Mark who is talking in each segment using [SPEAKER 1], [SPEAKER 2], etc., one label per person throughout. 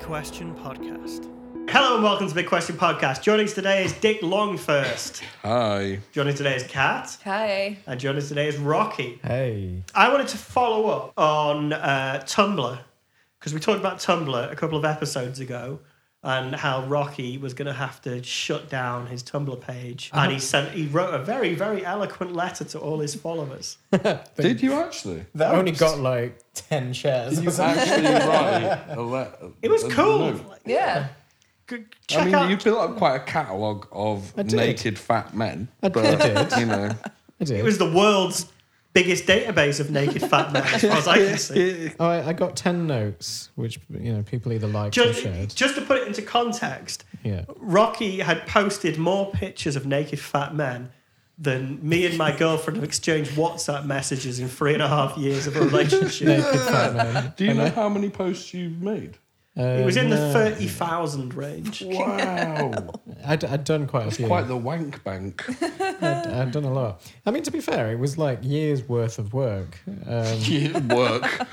[SPEAKER 1] Question Podcast.
[SPEAKER 2] Hello and welcome to Big Question Podcast. Joining us today is Dick Longfirst.
[SPEAKER 3] Hi.
[SPEAKER 2] Joining us today is Kat.
[SPEAKER 4] Hi.
[SPEAKER 2] And joining us today is Rocky.
[SPEAKER 5] Hey.
[SPEAKER 2] I wanted to follow up on uh, Tumblr because we talked about Tumblr a couple of episodes ago and how Rocky was going to have to shut down his Tumblr page.
[SPEAKER 3] Uh-huh.
[SPEAKER 2] And he sent, he wrote a very, very eloquent letter to all his followers.
[SPEAKER 3] Did you actually?
[SPEAKER 5] That only got like 10 shares.
[SPEAKER 3] You actually write a letter.
[SPEAKER 2] It was cool. Like,
[SPEAKER 4] Yeah.
[SPEAKER 2] g- check
[SPEAKER 3] I mean,
[SPEAKER 2] out.
[SPEAKER 3] you built up quite a catalogue of
[SPEAKER 5] I did.
[SPEAKER 3] naked fat men.
[SPEAKER 5] I
[SPEAKER 3] but,
[SPEAKER 5] did.
[SPEAKER 3] You know,
[SPEAKER 5] I did.
[SPEAKER 2] it was the world's biggest database of naked fat men, as far as I can see.
[SPEAKER 5] oh, I, I got 10 notes, which, you know, people either liked or shared.
[SPEAKER 2] Just, just to put it into context,
[SPEAKER 5] Yeah.
[SPEAKER 2] Rocky had posted more pictures of naked fat men than me and my girlfriend have exchanged WhatsApp messages in three and a half years of a relationship.
[SPEAKER 5] Naked fat man.
[SPEAKER 3] do you know how many posts you've made?
[SPEAKER 2] It was in the
[SPEAKER 5] Uh,
[SPEAKER 2] 30,000 range.
[SPEAKER 3] Wow.
[SPEAKER 5] I'd, I'd done quite a
[SPEAKER 3] That's
[SPEAKER 5] few.
[SPEAKER 3] quite the wank bank.
[SPEAKER 5] I'd, I'd done a lot. I mean, to be fair, it was like years worth of work. Um,
[SPEAKER 3] Yeah, Work.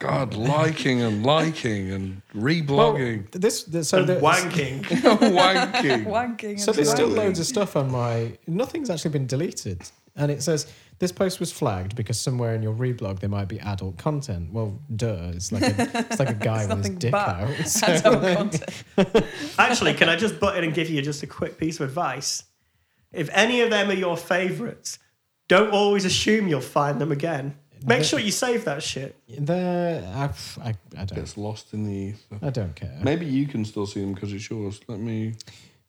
[SPEAKER 3] God, liking and liking and reblogging.
[SPEAKER 5] this, this so
[SPEAKER 2] And
[SPEAKER 5] there,
[SPEAKER 2] wanking.
[SPEAKER 3] Wanking.
[SPEAKER 4] Wanking.
[SPEAKER 5] So there's still
[SPEAKER 3] Absolutely.
[SPEAKER 5] loads of stuff on my. Nothing's actually been deleted, and it says this post was flagged because somewhere in your reblog there might be adult content. Well, duh, it's like a, it's like a guy with his
[SPEAKER 4] nothing
[SPEAKER 5] dick
[SPEAKER 4] but
[SPEAKER 5] out. So,
[SPEAKER 4] adult
[SPEAKER 5] like,
[SPEAKER 4] content.
[SPEAKER 2] Actually, can I just butt in and give you just a quick piece of advice? If any of them are your favourites, don't always assume you'll find them again. Make sure you save that shit.
[SPEAKER 5] there, I, I, I don't,
[SPEAKER 3] Gets lost in the ether.
[SPEAKER 5] I don't care.
[SPEAKER 3] Maybe you can still see them because it's yours. Let me.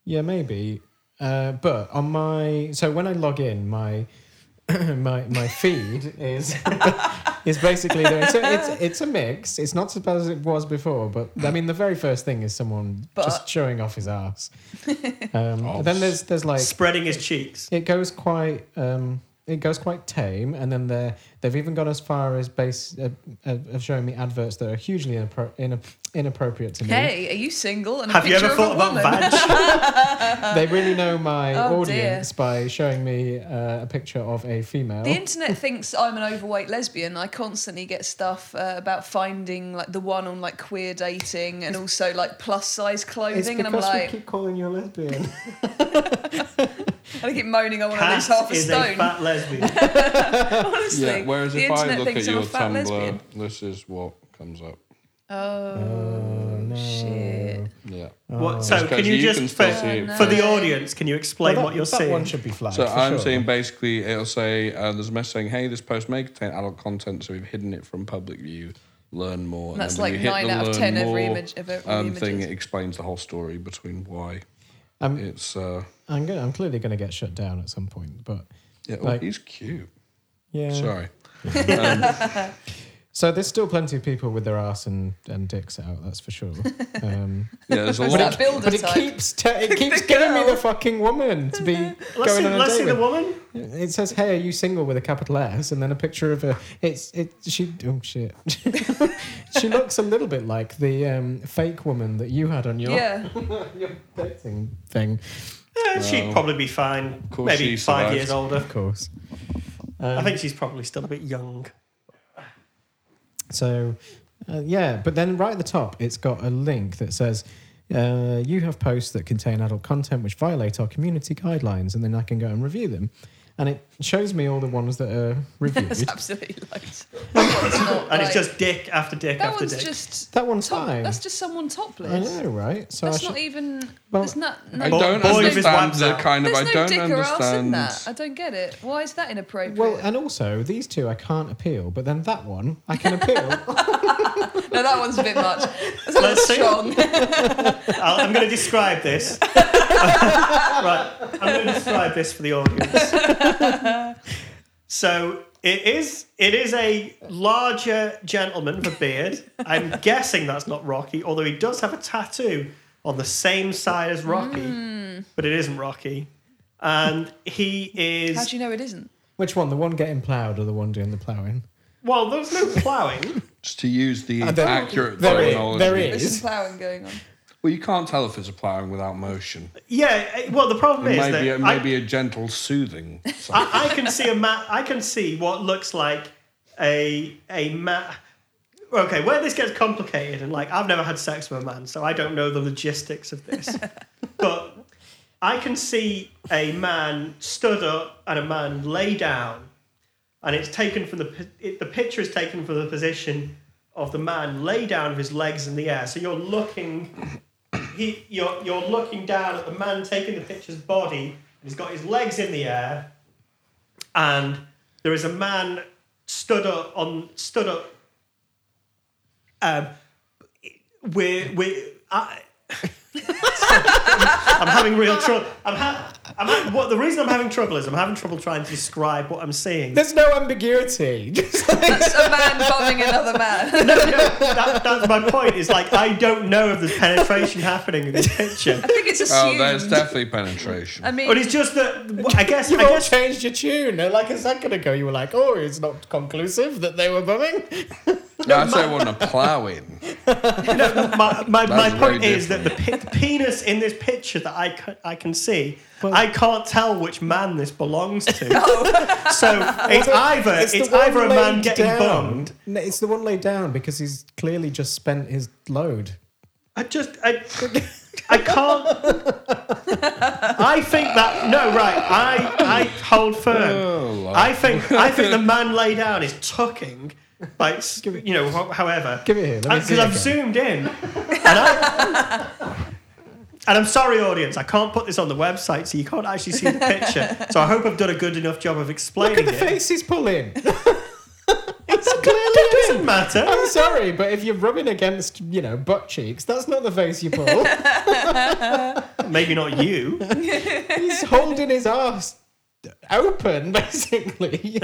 [SPEAKER 5] Yeah, maybe. Uh, but on my so when I log in, my my my feed is is basically there. So it's it's a mix. It's not as it was before, but I mean the very first thing is someone
[SPEAKER 4] But-
[SPEAKER 5] just showing off his ass. Um,
[SPEAKER 3] Oh,
[SPEAKER 5] Then there's there's like
[SPEAKER 2] Spreading his cheeks.
[SPEAKER 5] it goes quite um, it goes quite tame, and then they they've even gone as far as base uh, uh, of showing me adverts that are hugely inappro- inap- inappropriate to me.
[SPEAKER 4] Hey, are you single? And a
[SPEAKER 2] Have you
[SPEAKER 4] picture
[SPEAKER 2] ever
[SPEAKER 4] of a
[SPEAKER 2] thought about
[SPEAKER 4] woman?
[SPEAKER 2] vag?
[SPEAKER 5] they really know my
[SPEAKER 4] Oh,
[SPEAKER 5] audience by showing me uh, a picture of a female.
[SPEAKER 4] The internet thinks I'm an overweight lesbian. I constantly get stuff uh, about finding like the one on like queer dating and also like plus size
[SPEAKER 5] it's
[SPEAKER 4] clothing, and I'm
[SPEAKER 5] because
[SPEAKER 4] like,
[SPEAKER 5] we keep calling you a lesbian.
[SPEAKER 4] I keep moaning I want to
[SPEAKER 2] Cat
[SPEAKER 4] lose half a
[SPEAKER 2] is a
[SPEAKER 4] stone.
[SPEAKER 2] fat lesbian.
[SPEAKER 4] Honestly,
[SPEAKER 3] Yeah, whereas
[SPEAKER 4] the
[SPEAKER 3] if
[SPEAKER 4] internet
[SPEAKER 3] I look at
[SPEAKER 4] thinks I'm
[SPEAKER 3] your
[SPEAKER 4] a fat
[SPEAKER 3] Tumblr,
[SPEAKER 4] lesbian.
[SPEAKER 3] this is what comes up.
[SPEAKER 4] Oh, shit!
[SPEAKER 3] Yeah.
[SPEAKER 5] Oh.
[SPEAKER 2] What, so
[SPEAKER 3] Just 'cause
[SPEAKER 2] can you,
[SPEAKER 3] you
[SPEAKER 2] just
[SPEAKER 3] can
[SPEAKER 2] for,
[SPEAKER 3] still see it.
[SPEAKER 2] for the
[SPEAKER 4] No.
[SPEAKER 2] audience? Can you explain
[SPEAKER 5] Well,
[SPEAKER 2] what
[SPEAKER 5] that-
[SPEAKER 2] you're
[SPEAKER 5] that
[SPEAKER 2] seeing?
[SPEAKER 5] one should be flagged.
[SPEAKER 3] So
[SPEAKER 5] for
[SPEAKER 3] I'm
[SPEAKER 5] sure.
[SPEAKER 3] saying basically it'll say uh, there's a message saying, hey, this post may contain adult content, so we've hidden it from public view. Learn more.
[SPEAKER 4] And that's
[SPEAKER 3] then when
[SPEAKER 4] like
[SPEAKER 3] you hit
[SPEAKER 4] nine
[SPEAKER 3] the
[SPEAKER 4] out of
[SPEAKER 3] learn
[SPEAKER 4] 10 every
[SPEAKER 3] more,
[SPEAKER 4] image- of every
[SPEAKER 3] um, thing.
[SPEAKER 4] images.
[SPEAKER 3] It explains the whole story between why
[SPEAKER 5] Um,
[SPEAKER 3] it's. Uh,
[SPEAKER 5] I'm gonna, I'm clearly going to get shut down at some point, but
[SPEAKER 3] yeah, oh,
[SPEAKER 5] Like-
[SPEAKER 3] he's cute.
[SPEAKER 5] yeah.
[SPEAKER 3] Sorry.
[SPEAKER 5] So there's still plenty of people with their ass and, and dicks out. That's for sure. Um,
[SPEAKER 3] Yeah, there's a
[SPEAKER 4] What's
[SPEAKER 3] lot.
[SPEAKER 4] that builder
[SPEAKER 5] but it
[SPEAKER 4] type?
[SPEAKER 5] keeps te- it keeps giving me the fucking woman to be
[SPEAKER 2] Let's
[SPEAKER 5] going
[SPEAKER 2] see,
[SPEAKER 5] on a
[SPEAKER 2] let's
[SPEAKER 5] date
[SPEAKER 2] see the
[SPEAKER 5] with.
[SPEAKER 2] woman.
[SPEAKER 5] It says, "Hey, are you single?" with a capital S, and then a picture of a. It's it. She oh shit. she looks a little bit like the um, fake woman that you had on your,
[SPEAKER 4] Yeah,
[SPEAKER 5] your dating thing,
[SPEAKER 2] Eh, she'd probably be fine.
[SPEAKER 3] course
[SPEAKER 2] Maybe
[SPEAKER 3] she
[SPEAKER 2] five
[SPEAKER 3] survived.
[SPEAKER 2] years older.
[SPEAKER 5] of course.
[SPEAKER 2] I
[SPEAKER 5] Um,
[SPEAKER 2] think she's probably still a bit young.
[SPEAKER 5] so. Uh, yeah, but then right at the top, it's got a link that says. Uh, you have posts that contain adult content which violate our community guidelines, and then I can go and review them. And it shows me all the ones that are
[SPEAKER 4] it's
[SPEAKER 5] reviewed.
[SPEAKER 4] absolutely loads. What's not,
[SPEAKER 2] And
[SPEAKER 4] like-
[SPEAKER 2] it's just dick after dick
[SPEAKER 4] that
[SPEAKER 2] after
[SPEAKER 4] one's
[SPEAKER 2] dick.
[SPEAKER 4] just
[SPEAKER 5] that one's
[SPEAKER 4] top,
[SPEAKER 5] fine.
[SPEAKER 4] that's just someone topless.
[SPEAKER 5] I know, right? So I
[SPEAKER 4] That's
[SPEAKER 5] should,
[SPEAKER 4] not even.
[SPEAKER 5] Well,
[SPEAKER 4] there's not. No,
[SPEAKER 3] I don't
[SPEAKER 2] Boy with his
[SPEAKER 3] understand
[SPEAKER 2] wabs
[SPEAKER 3] the
[SPEAKER 2] out.
[SPEAKER 3] kind of.
[SPEAKER 4] there's
[SPEAKER 3] I
[SPEAKER 4] no
[SPEAKER 3] don't
[SPEAKER 4] dick or ass in
[SPEAKER 3] understand.
[SPEAKER 4] that. I don't get it. Why is that inappropriate?
[SPEAKER 5] Well, and also these two I can't appeal, but then that one I can appeal.
[SPEAKER 4] no, that one's a bit much. That's a little
[SPEAKER 2] Let's see.
[SPEAKER 4] strong.
[SPEAKER 2] I'll, I'm going to describe this. right, I'm going to describe this for the audience. So it is it is a larger gentleman with a beard. I'm guessing that's not Rocky, although he does have a tattoo on the same side as Rocky, but it isn't Rocky. And he is
[SPEAKER 4] How do you know it isn't?
[SPEAKER 5] Which one? The one getting ploughed or the one doing the ploughing?
[SPEAKER 2] well. There's no ploughing.
[SPEAKER 3] Just to use the
[SPEAKER 5] Uh, there-
[SPEAKER 3] accurate
[SPEAKER 5] there is-
[SPEAKER 3] terminology.
[SPEAKER 5] there
[SPEAKER 4] There's
[SPEAKER 5] is.
[SPEAKER 4] some ploughing going on.
[SPEAKER 3] Well, you can't tell if it's a ploughing without motion.
[SPEAKER 2] Yeah. eh, Well, the problem is
[SPEAKER 3] Maybe
[SPEAKER 2] that
[SPEAKER 3] it
[SPEAKER 2] I-
[SPEAKER 3] may be a gentle soothing. Oh,
[SPEAKER 2] I, I can see a ma I can see what looks like a a ma. okay, where this gets complicated, and like I've never had sex with a man, so I don't know the logistics of this. but I can see a man stood up and a man lay down, and it's taken from the pi- it, the picture is taken from the position of the man lay down with his legs in the air. So you're looking, he, you're you're looking down at the man taking the picture's body, and he's got his legs in the air, and there is a man stood up on stood up um, we're we I, I'm having real trouble. I'm, ha- I'm ha- what the reason I'm having trouble is I'm having trouble trying to describe what I'm seeing.
[SPEAKER 5] There's no ambiguity. Just like-
[SPEAKER 4] That's a man bombing another man.
[SPEAKER 2] That, that's my point. Is like I don't know if there's penetration happening in this picture,
[SPEAKER 4] I think it's
[SPEAKER 3] Oh,
[SPEAKER 4] assumed.
[SPEAKER 3] there's definitely penetration.
[SPEAKER 4] I mean,
[SPEAKER 2] but it's just that I guess
[SPEAKER 5] You've
[SPEAKER 2] I
[SPEAKER 5] all
[SPEAKER 2] guess
[SPEAKER 5] changed your tune. Like a second ago, you were like, "Oh, it's not conclusive that they were bumming."
[SPEAKER 3] No, I'd say I want to plow in.
[SPEAKER 2] no, my, my, my
[SPEAKER 3] That's very
[SPEAKER 2] point is that the, pe- the penis in this picture that I can, I can see, I can't tell which man this belongs to. So it's either it's,
[SPEAKER 5] Oh. the one
[SPEAKER 2] either a man
[SPEAKER 5] laid
[SPEAKER 2] getting
[SPEAKER 5] down.
[SPEAKER 2] bummed
[SPEAKER 5] No, it's the one laid down because he's clearly just spent his load.
[SPEAKER 2] I just I I can't. I think that no right. I I hold firm.
[SPEAKER 3] Oh, Lord.
[SPEAKER 2] I think I think the man lay down is tucking, like s- you know. ho- However,
[SPEAKER 5] Give it here. Let me see
[SPEAKER 2] because
[SPEAKER 5] it
[SPEAKER 2] I've
[SPEAKER 5] again.
[SPEAKER 2] zoomed in, and I. And I'm sorry, audience, I can't put this on the website, so you can't actually see the picture. So I hope I've done a good enough job of
[SPEAKER 5] Look at
[SPEAKER 2] explaining
[SPEAKER 5] the
[SPEAKER 2] it.
[SPEAKER 5] face he's pulling. it's
[SPEAKER 2] It
[SPEAKER 5] clearly
[SPEAKER 2] doesn't
[SPEAKER 5] him.
[SPEAKER 2] matter.
[SPEAKER 5] I'm sorry, but if you're rubbing against, you know, butt cheeks, that's not the face you pull.
[SPEAKER 2] Maybe not you.
[SPEAKER 5] he's holding his ass open, basically.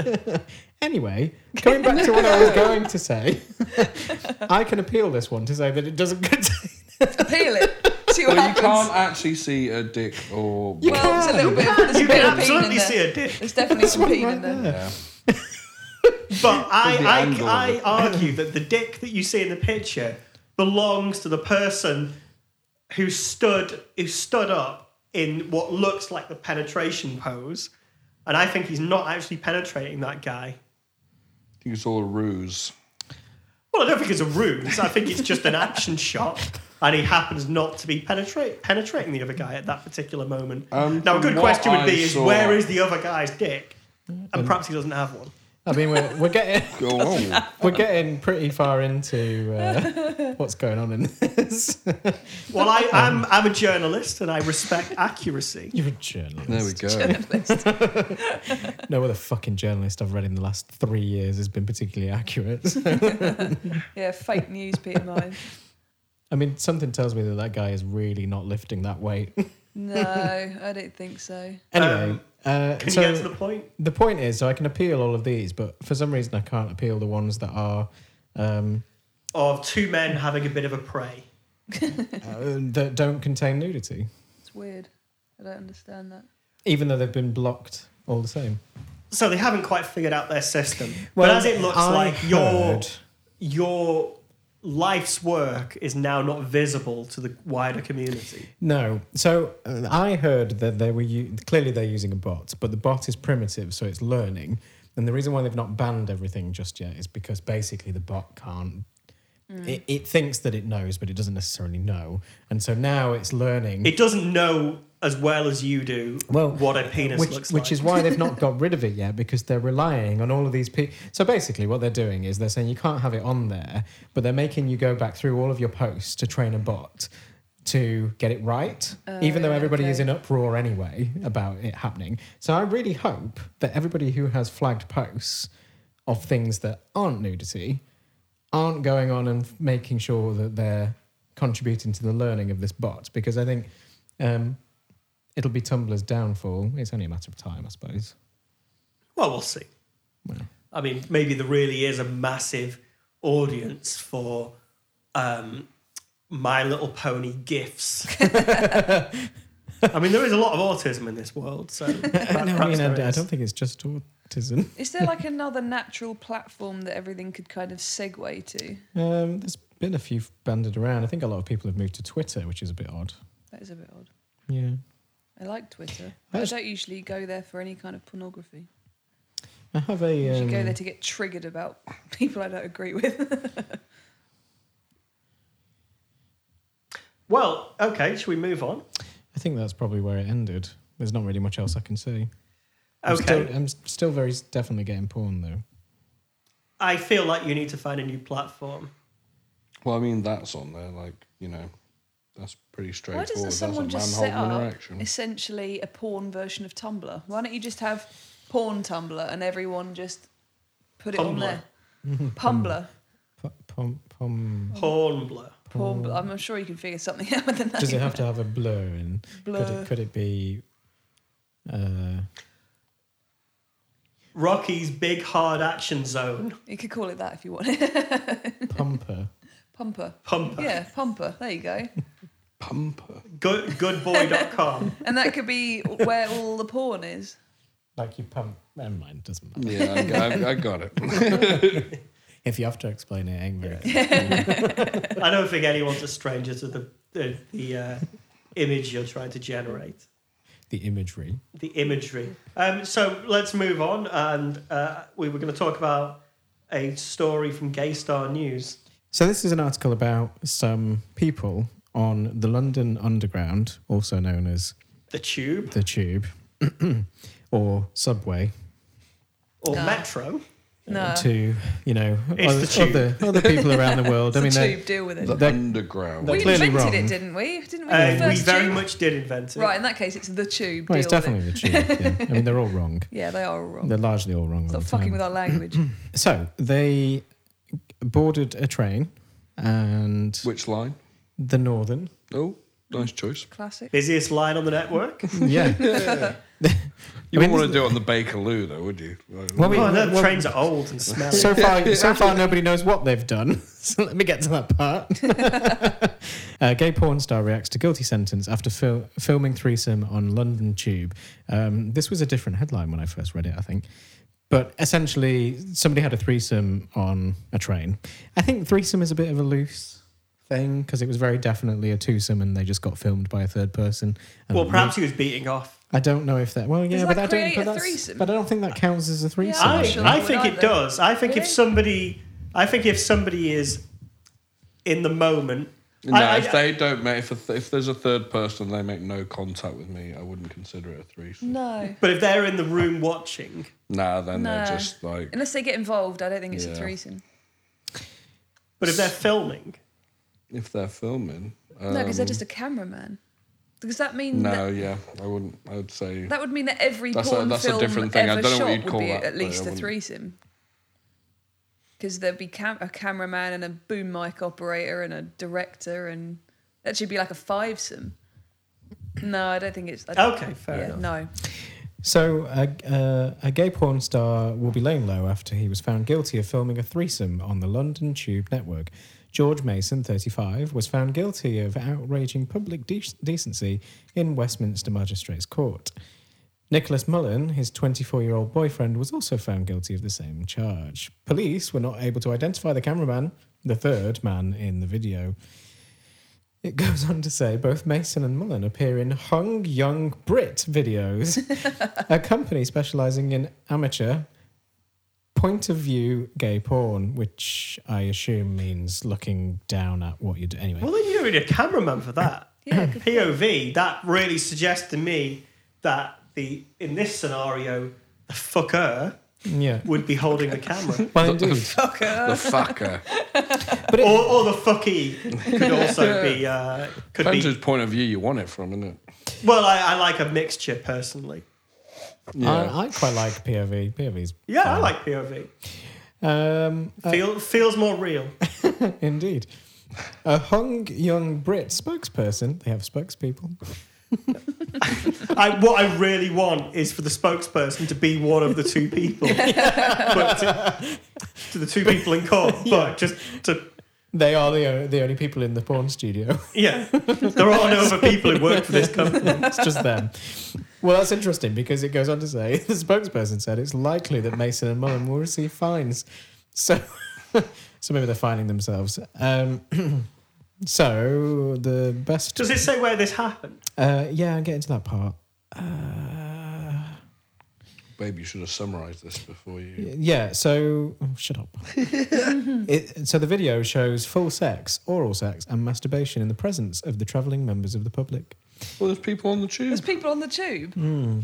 [SPEAKER 5] anyway, coming back to what I was going to say, I can appeal this one to say that it doesn't contain.
[SPEAKER 4] appeal it. See what
[SPEAKER 3] Well, you
[SPEAKER 4] happens.
[SPEAKER 3] can't actually see a dick or.
[SPEAKER 5] You
[SPEAKER 4] well, there's a little bit. There's
[SPEAKER 2] You
[SPEAKER 4] a bit
[SPEAKER 2] can
[SPEAKER 4] of peen in
[SPEAKER 2] absolutely
[SPEAKER 4] there.
[SPEAKER 2] see a dick.
[SPEAKER 4] There's definitely some peen
[SPEAKER 5] right
[SPEAKER 4] in there.
[SPEAKER 5] there.
[SPEAKER 3] Yeah.
[SPEAKER 2] But
[SPEAKER 3] the
[SPEAKER 2] I,
[SPEAKER 3] angle of
[SPEAKER 2] I,
[SPEAKER 3] it.
[SPEAKER 2] I argue that the dick that you see in the picture belongs to the person who stood who stood up in what looks like the penetration pose, and I think he's not actually penetrating that guy.
[SPEAKER 3] I think it's all a ruse.
[SPEAKER 2] Well, I don't think it's a ruse. I think it's just an action shot, and he happens not to be penetrate, penetrating the other guy at that particular moment.
[SPEAKER 3] Um,
[SPEAKER 2] now, a good
[SPEAKER 3] from what
[SPEAKER 2] question would
[SPEAKER 3] I
[SPEAKER 2] be: is
[SPEAKER 3] saw- Um,
[SPEAKER 2] where is the other guy's dick? And perhaps he doesn't have one.
[SPEAKER 5] I mean, we're, we're getting
[SPEAKER 3] Go on.
[SPEAKER 5] we're getting pretty far into uh, what's going on in this.
[SPEAKER 2] Well, I, I'm I'm a journalist, and I respect accuracy.
[SPEAKER 5] You're a journalist.
[SPEAKER 3] There we go.
[SPEAKER 5] No other fucking journalist I've read in the last three years has been particularly accurate.
[SPEAKER 4] Yeah, fake news PMI.
[SPEAKER 5] I mean, something tells me that that guy is really not lifting that weight.
[SPEAKER 4] No, I don't think so.
[SPEAKER 5] Anyway,
[SPEAKER 2] Um,
[SPEAKER 5] uh,
[SPEAKER 2] Can
[SPEAKER 5] so
[SPEAKER 2] you get to the point?
[SPEAKER 5] the point is, so I can appeal all of these, but for some reason I can't appeal the ones that are um,
[SPEAKER 2] of two men having a bit of a prey.
[SPEAKER 5] uh, that don't contain nudity,
[SPEAKER 4] It's weird. I don't understand that.
[SPEAKER 5] even though they've been blocked all the same.
[SPEAKER 2] So they haven't quite figured out their system. but as it looks
[SPEAKER 5] I
[SPEAKER 2] like your
[SPEAKER 5] heard-
[SPEAKER 2] your life's work is now not visible to the wider community.
[SPEAKER 5] No. So uh, I heard that they were u- clearly they're using a bot, but the bot is primitive, so it's learning. And the reason why they've not banned everything just yet is because basically the bot can't. It, it thinks that it knows, but it doesn't necessarily know. And so now it's learning.
[SPEAKER 2] It doesn't know as well as you do
[SPEAKER 5] well,
[SPEAKER 2] what a penis
[SPEAKER 5] which,
[SPEAKER 2] looks
[SPEAKER 5] which
[SPEAKER 2] like.
[SPEAKER 5] is why they've not got rid of it yet because they're relying on all of these people. So basically, what they're doing is they're saying you can't have it on there, but they're making you go back through all of your posts to train a bot to get it right, even though
[SPEAKER 4] yeah,
[SPEAKER 5] everybody is
[SPEAKER 4] Oh, okay.
[SPEAKER 5] in uproar anyway about it happening. So I really hope that everybody who has flagged posts of things that aren't nudity aren't going on and making sure that they're contributing to the learning of this bot because I think um, it'll be Tumblr's downfall. It's only a matter of time, I suppose.
[SPEAKER 2] well, we'll see.
[SPEAKER 5] Well.
[SPEAKER 2] I mean, maybe there really is a massive audience for um, My Little Pony gifts. I mean, there is a lot of autism in this world, so perhaps
[SPEAKER 5] no, I mean,
[SPEAKER 2] there
[SPEAKER 5] I, I
[SPEAKER 2] is.
[SPEAKER 5] don't think it's just autism.
[SPEAKER 4] Is there like another natural platform that everything could kind of segue to?
[SPEAKER 5] Um, there's been a few banded around. I think a lot of people have moved to Twitter, which is a bit odd.
[SPEAKER 4] That is a bit odd.
[SPEAKER 5] Yeah.
[SPEAKER 4] I like Twitter.
[SPEAKER 5] I
[SPEAKER 4] but I
[SPEAKER 5] just-
[SPEAKER 4] don't usually go there for any kind of pornography.
[SPEAKER 5] I have
[SPEAKER 4] I
[SPEAKER 5] a.
[SPEAKER 4] usually go
[SPEAKER 5] Um,
[SPEAKER 4] there to get triggered about people I don't agree with.
[SPEAKER 2] Well, okay, shall we move on?
[SPEAKER 5] I think that's probably where it ended. There's not really much else I can say. I'm
[SPEAKER 2] Okay.
[SPEAKER 5] still, I'm still very s- definitely getting porn though.
[SPEAKER 2] I feel like you need to find a new platform.
[SPEAKER 3] Well, I mean, that's on there. Like, you know, that's pretty
[SPEAKER 4] Why
[SPEAKER 3] straightforward.
[SPEAKER 4] doesn't
[SPEAKER 3] That's
[SPEAKER 4] someone
[SPEAKER 3] a
[SPEAKER 4] just set
[SPEAKER 3] manhole
[SPEAKER 4] up
[SPEAKER 3] interaction.
[SPEAKER 4] essentially a porn version of Tumblr? Why don't you just have porn Tumblr and everyone just put it on
[SPEAKER 2] Pumblr.
[SPEAKER 4] there? Pumbler.
[SPEAKER 5] P- Pom, pom,
[SPEAKER 2] Hornblower.
[SPEAKER 4] Porn. I'm sure you can figure something out with the name.
[SPEAKER 5] Hmm. does it have to have a blur in? Could
[SPEAKER 4] Blur.
[SPEAKER 5] it, could it be? Uh,
[SPEAKER 2] Rocky's big hard action zone.
[SPEAKER 4] You could call it that if you want it.
[SPEAKER 5] pumper.
[SPEAKER 4] Pumper.
[SPEAKER 2] Pumper.
[SPEAKER 4] Yeah, Pumper. There you go.
[SPEAKER 3] Pumper.
[SPEAKER 2] Good, goodboy.com.
[SPEAKER 4] And that could be where all the porn is.
[SPEAKER 5] Like you pump. Never mind, doesn't matter.
[SPEAKER 3] Yeah, I, I, I got it.
[SPEAKER 5] If you have to explain it, it ain't very.
[SPEAKER 2] I don't think anyone's a stranger to the, the, the uh, image you're trying to generate.
[SPEAKER 5] The imagery.
[SPEAKER 2] the imagery. Um, so let's move on, and uh, we were going to talk about a story from Gay Star News.
[SPEAKER 5] So this is an article about some people on the London Underground, also known as
[SPEAKER 2] The tube
[SPEAKER 5] the Tube or Subway,
[SPEAKER 2] or
[SPEAKER 4] No.
[SPEAKER 2] metro?
[SPEAKER 4] No.
[SPEAKER 5] to you know
[SPEAKER 2] It's
[SPEAKER 5] oth-
[SPEAKER 2] the
[SPEAKER 5] other, other people around the world. I mean,
[SPEAKER 4] the
[SPEAKER 5] they're-
[SPEAKER 4] tube, deal with it.
[SPEAKER 3] The
[SPEAKER 5] They're-
[SPEAKER 3] underground.
[SPEAKER 5] they're
[SPEAKER 4] we
[SPEAKER 5] clearly
[SPEAKER 4] invented
[SPEAKER 5] wrong.
[SPEAKER 4] it, didn't we? Didn't we?
[SPEAKER 2] Uh,
[SPEAKER 4] the
[SPEAKER 2] we
[SPEAKER 4] first
[SPEAKER 2] very
[SPEAKER 4] tube?
[SPEAKER 2] much did invent it.
[SPEAKER 4] Right, in that case, it's the tube.
[SPEAKER 5] well,
[SPEAKER 4] deal
[SPEAKER 5] it's
[SPEAKER 4] with it.
[SPEAKER 5] definitely the tube. Yeah. I mean, they're all wrong.
[SPEAKER 4] Yeah, they are all wrong.
[SPEAKER 5] They're largely all wrong. all
[SPEAKER 4] Stop
[SPEAKER 5] the
[SPEAKER 4] fucking
[SPEAKER 5] time.
[SPEAKER 4] with our language.
[SPEAKER 5] So they boarded a train and
[SPEAKER 3] Which line?
[SPEAKER 5] the Northern.
[SPEAKER 3] Oh, nice choice.
[SPEAKER 4] Classic.
[SPEAKER 2] Busiest line on the network.
[SPEAKER 5] Yeah.
[SPEAKER 3] You
[SPEAKER 5] I mean,
[SPEAKER 3] wouldn't want to do it on the Bakerloo, though, would you? Like,
[SPEAKER 5] Well, we-
[SPEAKER 2] oh, the
[SPEAKER 5] well,
[SPEAKER 2] trains are old and smelly.
[SPEAKER 5] so far, so far, nobody knows what they've done. So let me get to that part. uh, gay porn star reacts to guilty sentence after fil- filming threesome on London Tube. Um, this was a different headline when I first read it, I think. But essentially, somebody had a threesome on a train. I think threesome is a bit of a loose thing because it was very definitely a twosome, and they just got filmed by a third person. And
[SPEAKER 2] well, perhaps he was beating off.
[SPEAKER 5] I don't know if that. Well, yeah,
[SPEAKER 4] Does
[SPEAKER 5] but
[SPEAKER 4] that
[SPEAKER 5] I don't.
[SPEAKER 4] create
[SPEAKER 5] But,
[SPEAKER 4] a
[SPEAKER 5] that's,
[SPEAKER 4] threesome?
[SPEAKER 5] but I don't think that counts as a threesome.
[SPEAKER 4] I'm
[SPEAKER 2] I,
[SPEAKER 4] not
[SPEAKER 5] actually.
[SPEAKER 4] sure
[SPEAKER 2] I
[SPEAKER 4] would
[SPEAKER 2] think it
[SPEAKER 4] either.
[SPEAKER 2] does. I think if
[SPEAKER 4] Really?
[SPEAKER 2] somebody, I think if somebody is in the moment.
[SPEAKER 3] no,
[SPEAKER 2] I- I-
[SPEAKER 3] if they don't make, if, a th- if there's a third person and they make no contact with me, I wouldn't consider it a threesome.
[SPEAKER 4] No.
[SPEAKER 2] but if they're in the room watching,
[SPEAKER 3] Nah, then
[SPEAKER 4] No.
[SPEAKER 3] they're just like,
[SPEAKER 4] Unless they get involved, I don't think it's a
[SPEAKER 3] Yeah.
[SPEAKER 4] threesome.
[SPEAKER 2] but if they're filming,
[SPEAKER 3] if they're filming.
[SPEAKER 4] No, because they're
[SPEAKER 3] um,
[SPEAKER 4] just a cameraman. Because that means
[SPEAKER 3] No,
[SPEAKER 4] that,
[SPEAKER 3] yeah, I wouldn't. I would say.
[SPEAKER 4] that would mean that every
[SPEAKER 3] That's a-
[SPEAKER 4] porn
[SPEAKER 3] that's a
[SPEAKER 4] film
[SPEAKER 3] different thing. I
[SPEAKER 4] ever
[SPEAKER 3] don't know
[SPEAKER 4] shot
[SPEAKER 3] what you'd
[SPEAKER 4] would
[SPEAKER 3] call
[SPEAKER 4] be
[SPEAKER 3] that,
[SPEAKER 4] at
[SPEAKER 3] but I
[SPEAKER 4] least a
[SPEAKER 3] wouldn't-
[SPEAKER 4] threesome. Because there'd be cam- a cameraman and a boom mic operator and a director, and that should be like a fivesome. No, I don't think it's. I don't-
[SPEAKER 2] Okay, fair enough.
[SPEAKER 4] No,
[SPEAKER 5] So, a, uh, a gay porn star will be laying low after he was found guilty of filming a threesome on the London Tube network. George Mason, 35, was found guilty of outraging public de- decency in Westminster Magistrates Court. Nicholas Mullen, his 24 year old boyfriend, was also found guilty of the same charge. Police were not able to identify the cameraman, the third man in the video. It goes on to say both Mason and Mullen appear in Hung Young Brit videos, a company specializing in amateur point of view gay porn, which I assume means looking down at what you do. Anyway,
[SPEAKER 2] Well, then you don't need a cameraman for that.
[SPEAKER 4] Yeah,
[SPEAKER 2] POV. That really suggests to me that the in this scenario, the fucker
[SPEAKER 5] yeah.
[SPEAKER 2] would be holding the camera,
[SPEAKER 5] Well,
[SPEAKER 3] the,
[SPEAKER 5] indeed.
[SPEAKER 3] fucker. The fucker.
[SPEAKER 5] But it,
[SPEAKER 2] or, or the fucky could also be uh, could
[SPEAKER 3] Depends
[SPEAKER 2] be.
[SPEAKER 3] whose point of view you want it from, isn't it?
[SPEAKER 2] Well, I, I like a mixture personally.
[SPEAKER 3] Yeah.
[SPEAKER 5] I, I quite like POV. POV's
[SPEAKER 2] Yeah, I like POV.
[SPEAKER 5] um,
[SPEAKER 2] Feel, feels more real.
[SPEAKER 5] Indeed. A hung young Brit spokesperson. They have spokespeople.
[SPEAKER 2] I, what I really want is for the spokesperson to be one of the two people, but to, to the two people in court. But just to
[SPEAKER 5] They are the, o- the only people in the porn studio.
[SPEAKER 2] yeah, there are no other people who work for this company.
[SPEAKER 5] it's just them. Well, that's interesting because it goes on to say the spokesperson said it's likely that Mason and Mullen will receive fines. So, so maybe they're fining themselves. Um, so the best.
[SPEAKER 2] Does it say where this happened?
[SPEAKER 5] Uh, yeah, I'm getting to that part. Uh,
[SPEAKER 3] Babe, you should have summarized this before you.
[SPEAKER 5] Yeah, so oh, shut up. it, so the video shows full sex, oral sex, and masturbation in the presence of the travelling members of the public.
[SPEAKER 3] Well, there's people on the tube.
[SPEAKER 4] There's people on the tube.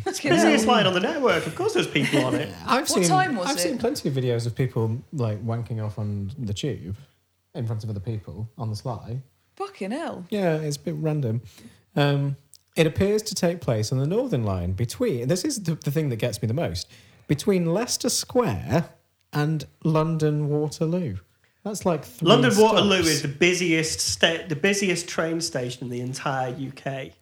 [SPEAKER 4] That's good.
[SPEAKER 2] Busiest line on the network. Of course, there's people on it.
[SPEAKER 5] I've
[SPEAKER 4] What
[SPEAKER 5] seen,
[SPEAKER 4] time was
[SPEAKER 5] I've
[SPEAKER 4] it?
[SPEAKER 5] seen plenty of videos of people like wanking off on the tube in front of other people on the sly.
[SPEAKER 4] Fucking hell.
[SPEAKER 5] Yeah, it's a bit random. Um, it appears to take place on the Northern Line between. This is the, the thing that gets me the most between Leicester Square and London Waterloo. That's like three
[SPEAKER 2] London
[SPEAKER 5] stops.
[SPEAKER 2] Waterloo is the busiest sta- the busiest train station in the entire UK.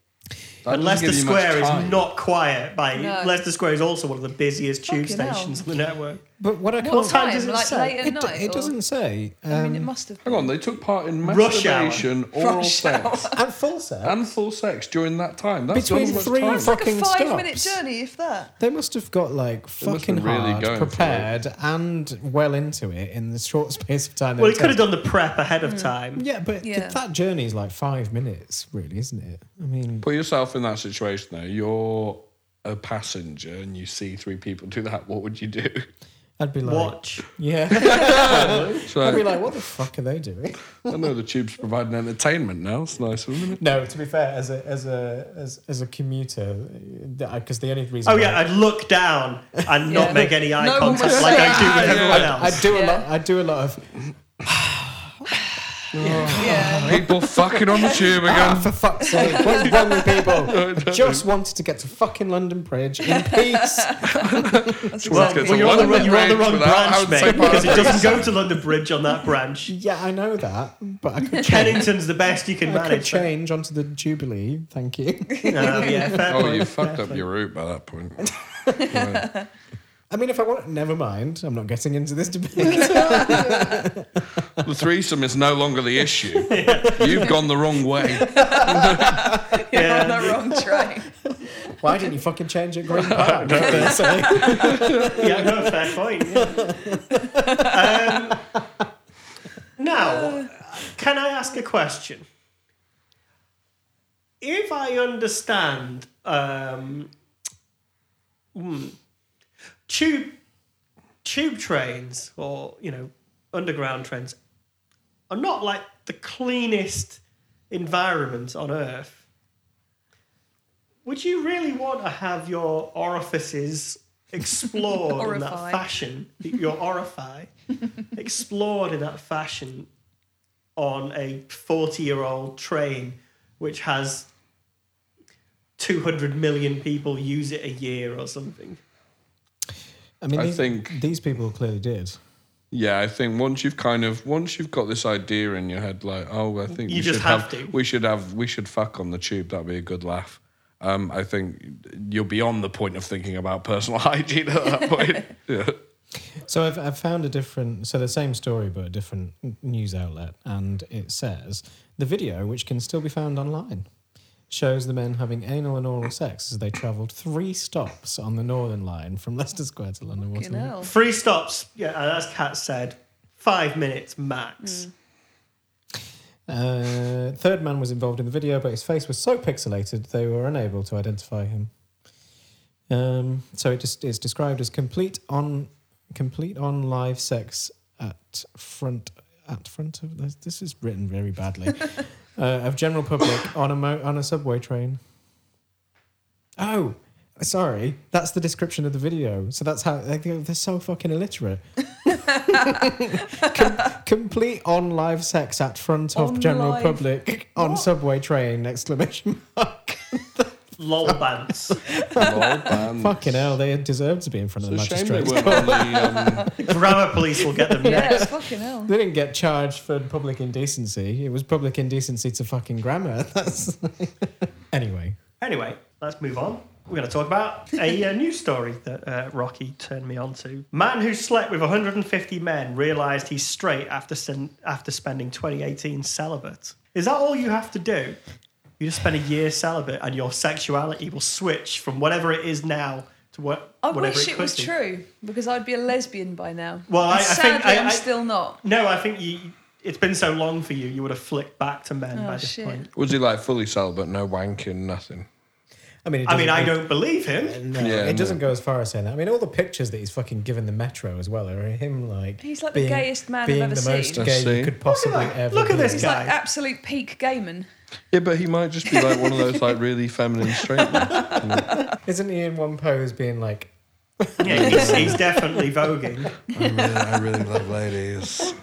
[SPEAKER 3] That
[SPEAKER 2] and Leicester
[SPEAKER 3] doesn't give you much
[SPEAKER 2] Square is
[SPEAKER 3] time.
[SPEAKER 2] not quiet. By
[SPEAKER 4] No.
[SPEAKER 2] Leicester Square is also one of the busiest tube
[SPEAKER 4] Fucking hell.
[SPEAKER 2] stations on the network.
[SPEAKER 5] But what I can't.
[SPEAKER 4] What time?
[SPEAKER 2] does it
[SPEAKER 4] like
[SPEAKER 2] say?
[SPEAKER 4] late at
[SPEAKER 5] It,
[SPEAKER 4] night?
[SPEAKER 5] it
[SPEAKER 4] or-
[SPEAKER 5] doesn't say.
[SPEAKER 4] I
[SPEAKER 5] Um,
[SPEAKER 4] mean, it must have.
[SPEAKER 3] Hang on, they took part in
[SPEAKER 2] Rush hour.
[SPEAKER 3] masturbation, oral
[SPEAKER 4] Rush
[SPEAKER 3] sex,
[SPEAKER 5] and full sex.
[SPEAKER 3] and full sex during that time. That's
[SPEAKER 5] Between
[SPEAKER 3] not much
[SPEAKER 5] three
[SPEAKER 3] time.
[SPEAKER 5] and
[SPEAKER 4] Like a
[SPEAKER 5] fucking
[SPEAKER 4] five minute
[SPEAKER 5] stops.
[SPEAKER 4] journey, if that.
[SPEAKER 5] They must have got like
[SPEAKER 3] They must have
[SPEAKER 5] fucking
[SPEAKER 3] been really
[SPEAKER 5] hard,
[SPEAKER 3] going for it.
[SPEAKER 5] prepared, and well into it in the short space of time.
[SPEAKER 2] Well,
[SPEAKER 5] it
[SPEAKER 2] he could have
[SPEAKER 5] takes.
[SPEAKER 2] done the prep ahead
[SPEAKER 4] Mm.
[SPEAKER 2] of time.
[SPEAKER 5] Yeah, but th-
[SPEAKER 4] Yeah.
[SPEAKER 5] that journey is like five minutes, really, isn't it? I mean,
[SPEAKER 3] Put yourself in that situation though. You're a passenger and you see three people do that. What would you do?
[SPEAKER 5] I'd be like,
[SPEAKER 2] Watch.
[SPEAKER 5] yeah, I'd be
[SPEAKER 3] So
[SPEAKER 5] like, what the fuck are they doing?
[SPEAKER 3] I know the tube's providing entertainment now. It's nice, isn't it?
[SPEAKER 5] No, to be fair, as a as a as, as a commuter, because the only reason
[SPEAKER 2] Oh
[SPEAKER 5] why-
[SPEAKER 2] yeah, I'd look down and
[SPEAKER 4] Yeah.
[SPEAKER 2] not make any eye
[SPEAKER 4] No one
[SPEAKER 2] contact
[SPEAKER 4] was
[SPEAKER 2] like I
[SPEAKER 4] saying
[SPEAKER 2] do with
[SPEAKER 3] anything.
[SPEAKER 2] everyone
[SPEAKER 5] I
[SPEAKER 2] else.
[SPEAKER 5] do a
[SPEAKER 4] Yeah.
[SPEAKER 5] lot. I do a lot of.
[SPEAKER 4] Yeah.
[SPEAKER 3] People fucking on the tube again.
[SPEAKER 5] "Ah, for fuck's sake, what's wrong with people? I just wanted to get to fucking London Bridge in peace.
[SPEAKER 4] That's
[SPEAKER 2] Well,
[SPEAKER 3] Let's get
[SPEAKER 4] exactly.
[SPEAKER 3] to
[SPEAKER 2] well, you're on the,
[SPEAKER 3] London
[SPEAKER 2] wrong- you're on the wrong
[SPEAKER 3] Bridge without
[SPEAKER 2] branch,
[SPEAKER 3] outside
[SPEAKER 2] mate, because it
[SPEAKER 3] parties.
[SPEAKER 2] doesn't go to London Bridge on that branch.
[SPEAKER 5] Yeah, I know that, but I could change.
[SPEAKER 2] Kennington's the best you can
[SPEAKER 5] I could
[SPEAKER 2] manage. but-
[SPEAKER 5] change onto the Jubilee. Thank you.
[SPEAKER 2] No, yeah, fair
[SPEAKER 3] Oh,
[SPEAKER 2] point.
[SPEAKER 3] you fucked up your route by that point. Right.
[SPEAKER 5] I mean, if I want, never mind. I'm not getting into this debate.
[SPEAKER 3] The threesome is no longer the issue. You've gone the wrong way.
[SPEAKER 4] You're
[SPEAKER 2] Yeah.
[SPEAKER 4] on the wrong train.
[SPEAKER 5] Why didn't you fucking change it, Green Park? Sorry.
[SPEAKER 2] yeah, no, fair point. yeah. um, now, can I ask a question? If I understand, um, hmm, tube tube trains or you know underground trains are not like the cleanest environment on earth. Would you really want to have your orifices explored in that
[SPEAKER 4] Orify.
[SPEAKER 2] fashion? Your orify explored in that fashion on a 40 year old train which has 200 million people use it a year or something?
[SPEAKER 5] I mean,
[SPEAKER 3] I
[SPEAKER 5] these,
[SPEAKER 3] think-
[SPEAKER 5] these people clearly did.
[SPEAKER 3] Yeah, I think once you've kind of once you've got this idea in your head, like, oh, I think
[SPEAKER 2] You
[SPEAKER 3] we
[SPEAKER 2] just
[SPEAKER 3] should
[SPEAKER 2] have to.
[SPEAKER 3] we should have we should fuck on the tube. That'd be a good laugh. Um, I think you're beyond the point of thinking about personal hygiene at that point. yeah.
[SPEAKER 5] So I've, I've found a different, so the same story, but a different n- news outlet. And it says the video, which can still be found online, shows the men having anal and oral sex as they travelled three stops on the Northern Line from Leicester Square to London
[SPEAKER 4] Fucking
[SPEAKER 5] Waterloo.
[SPEAKER 4] hell.
[SPEAKER 2] Three stops, yeah, and as Kat said, five minutes
[SPEAKER 4] Mm.
[SPEAKER 2] max.
[SPEAKER 5] Uh, third man was involved in the video, but his face was so pixelated they were unable to identify him. Um, so it just is described as complete on complete on live sex at front at front of this, this is written very badly uh, of general public on a mo- on a subway train. Oh, sorry, that's the description of the video. So that's how like, they're they're so fucking illiterate. Com- complete on live sex at front of
[SPEAKER 4] On
[SPEAKER 5] general
[SPEAKER 4] live-
[SPEAKER 5] public on
[SPEAKER 4] What?
[SPEAKER 5] subway train exclamation mark.
[SPEAKER 2] Lol bants.
[SPEAKER 3] Lol, man.
[SPEAKER 5] fucking hell, they deserve to be in front
[SPEAKER 3] Hmm. It's
[SPEAKER 5] of the
[SPEAKER 3] a shame they
[SPEAKER 5] magistrates.
[SPEAKER 3] weren't on the. Um,
[SPEAKER 2] the grammar police will get them next.
[SPEAKER 4] Yeah, fucking hell.
[SPEAKER 5] They didn't get charged for public indecency. It was public indecency to fucking grammar. That's anyway.
[SPEAKER 2] Anyway, let's move on. We're going to talk about a uh, news story that uh, Rocky turned me on to. Man who slept with 150 men realized he's straight after sen- after spending 2018 celibate. Is that all you have to do? You just spend a year celibate, and your sexuality will switch from whatever it is now to what
[SPEAKER 4] I
[SPEAKER 2] whatever
[SPEAKER 4] wish
[SPEAKER 2] it,
[SPEAKER 4] it
[SPEAKER 2] could
[SPEAKER 4] was
[SPEAKER 2] be.
[SPEAKER 4] true because I'd be a lesbian by now.
[SPEAKER 2] Well, I-
[SPEAKER 4] And
[SPEAKER 2] I think
[SPEAKER 4] sadly,
[SPEAKER 2] I-
[SPEAKER 4] am
[SPEAKER 2] I-
[SPEAKER 4] still not.
[SPEAKER 2] No, I think you. It's been so long for you. You would have flicked back to men
[SPEAKER 4] Oh,
[SPEAKER 2] by this
[SPEAKER 4] shit.
[SPEAKER 2] point.
[SPEAKER 3] was he like fully celibate, no wanking, nothing?
[SPEAKER 5] I mean, it
[SPEAKER 2] I mean,
[SPEAKER 5] doesn't
[SPEAKER 2] I
[SPEAKER 5] go-
[SPEAKER 2] don't believe him.
[SPEAKER 5] No,
[SPEAKER 3] Yeah,
[SPEAKER 5] it
[SPEAKER 3] no.
[SPEAKER 5] doesn't go as far as saying that. I mean, all the pictures that he's fucking given the Metro as well are him like
[SPEAKER 4] He's like the gayest man I've
[SPEAKER 5] being
[SPEAKER 4] ever
[SPEAKER 5] the most
[SPEAKER 4] seen.
[SPEAKER 3] I've
[SPEAKER 5] gay you
[SPEAKER 3] seen.
[SPEAKER 5] could possibly
[SPEAKER 2] Look at that.
[SPEAKER 5] ever.
[SPEAKER 2] Look at
[SPEAKER 5] be.
[SPEAKER 2] this
[SPEAKER 4] He's like
[SPEAKER 2] Guy.
[SPEAKER 4] absolute peak Gaiman.
[SPEAKER 3] Yeah, but he might just be like one of those like really feminine straight men.
[SPEAKER 5] Isn't he in one pose being like,
[SPEAKER 2] Yeah, he's, he's definitely voguing.
[SPEAKER 3] I really, I really love ladies.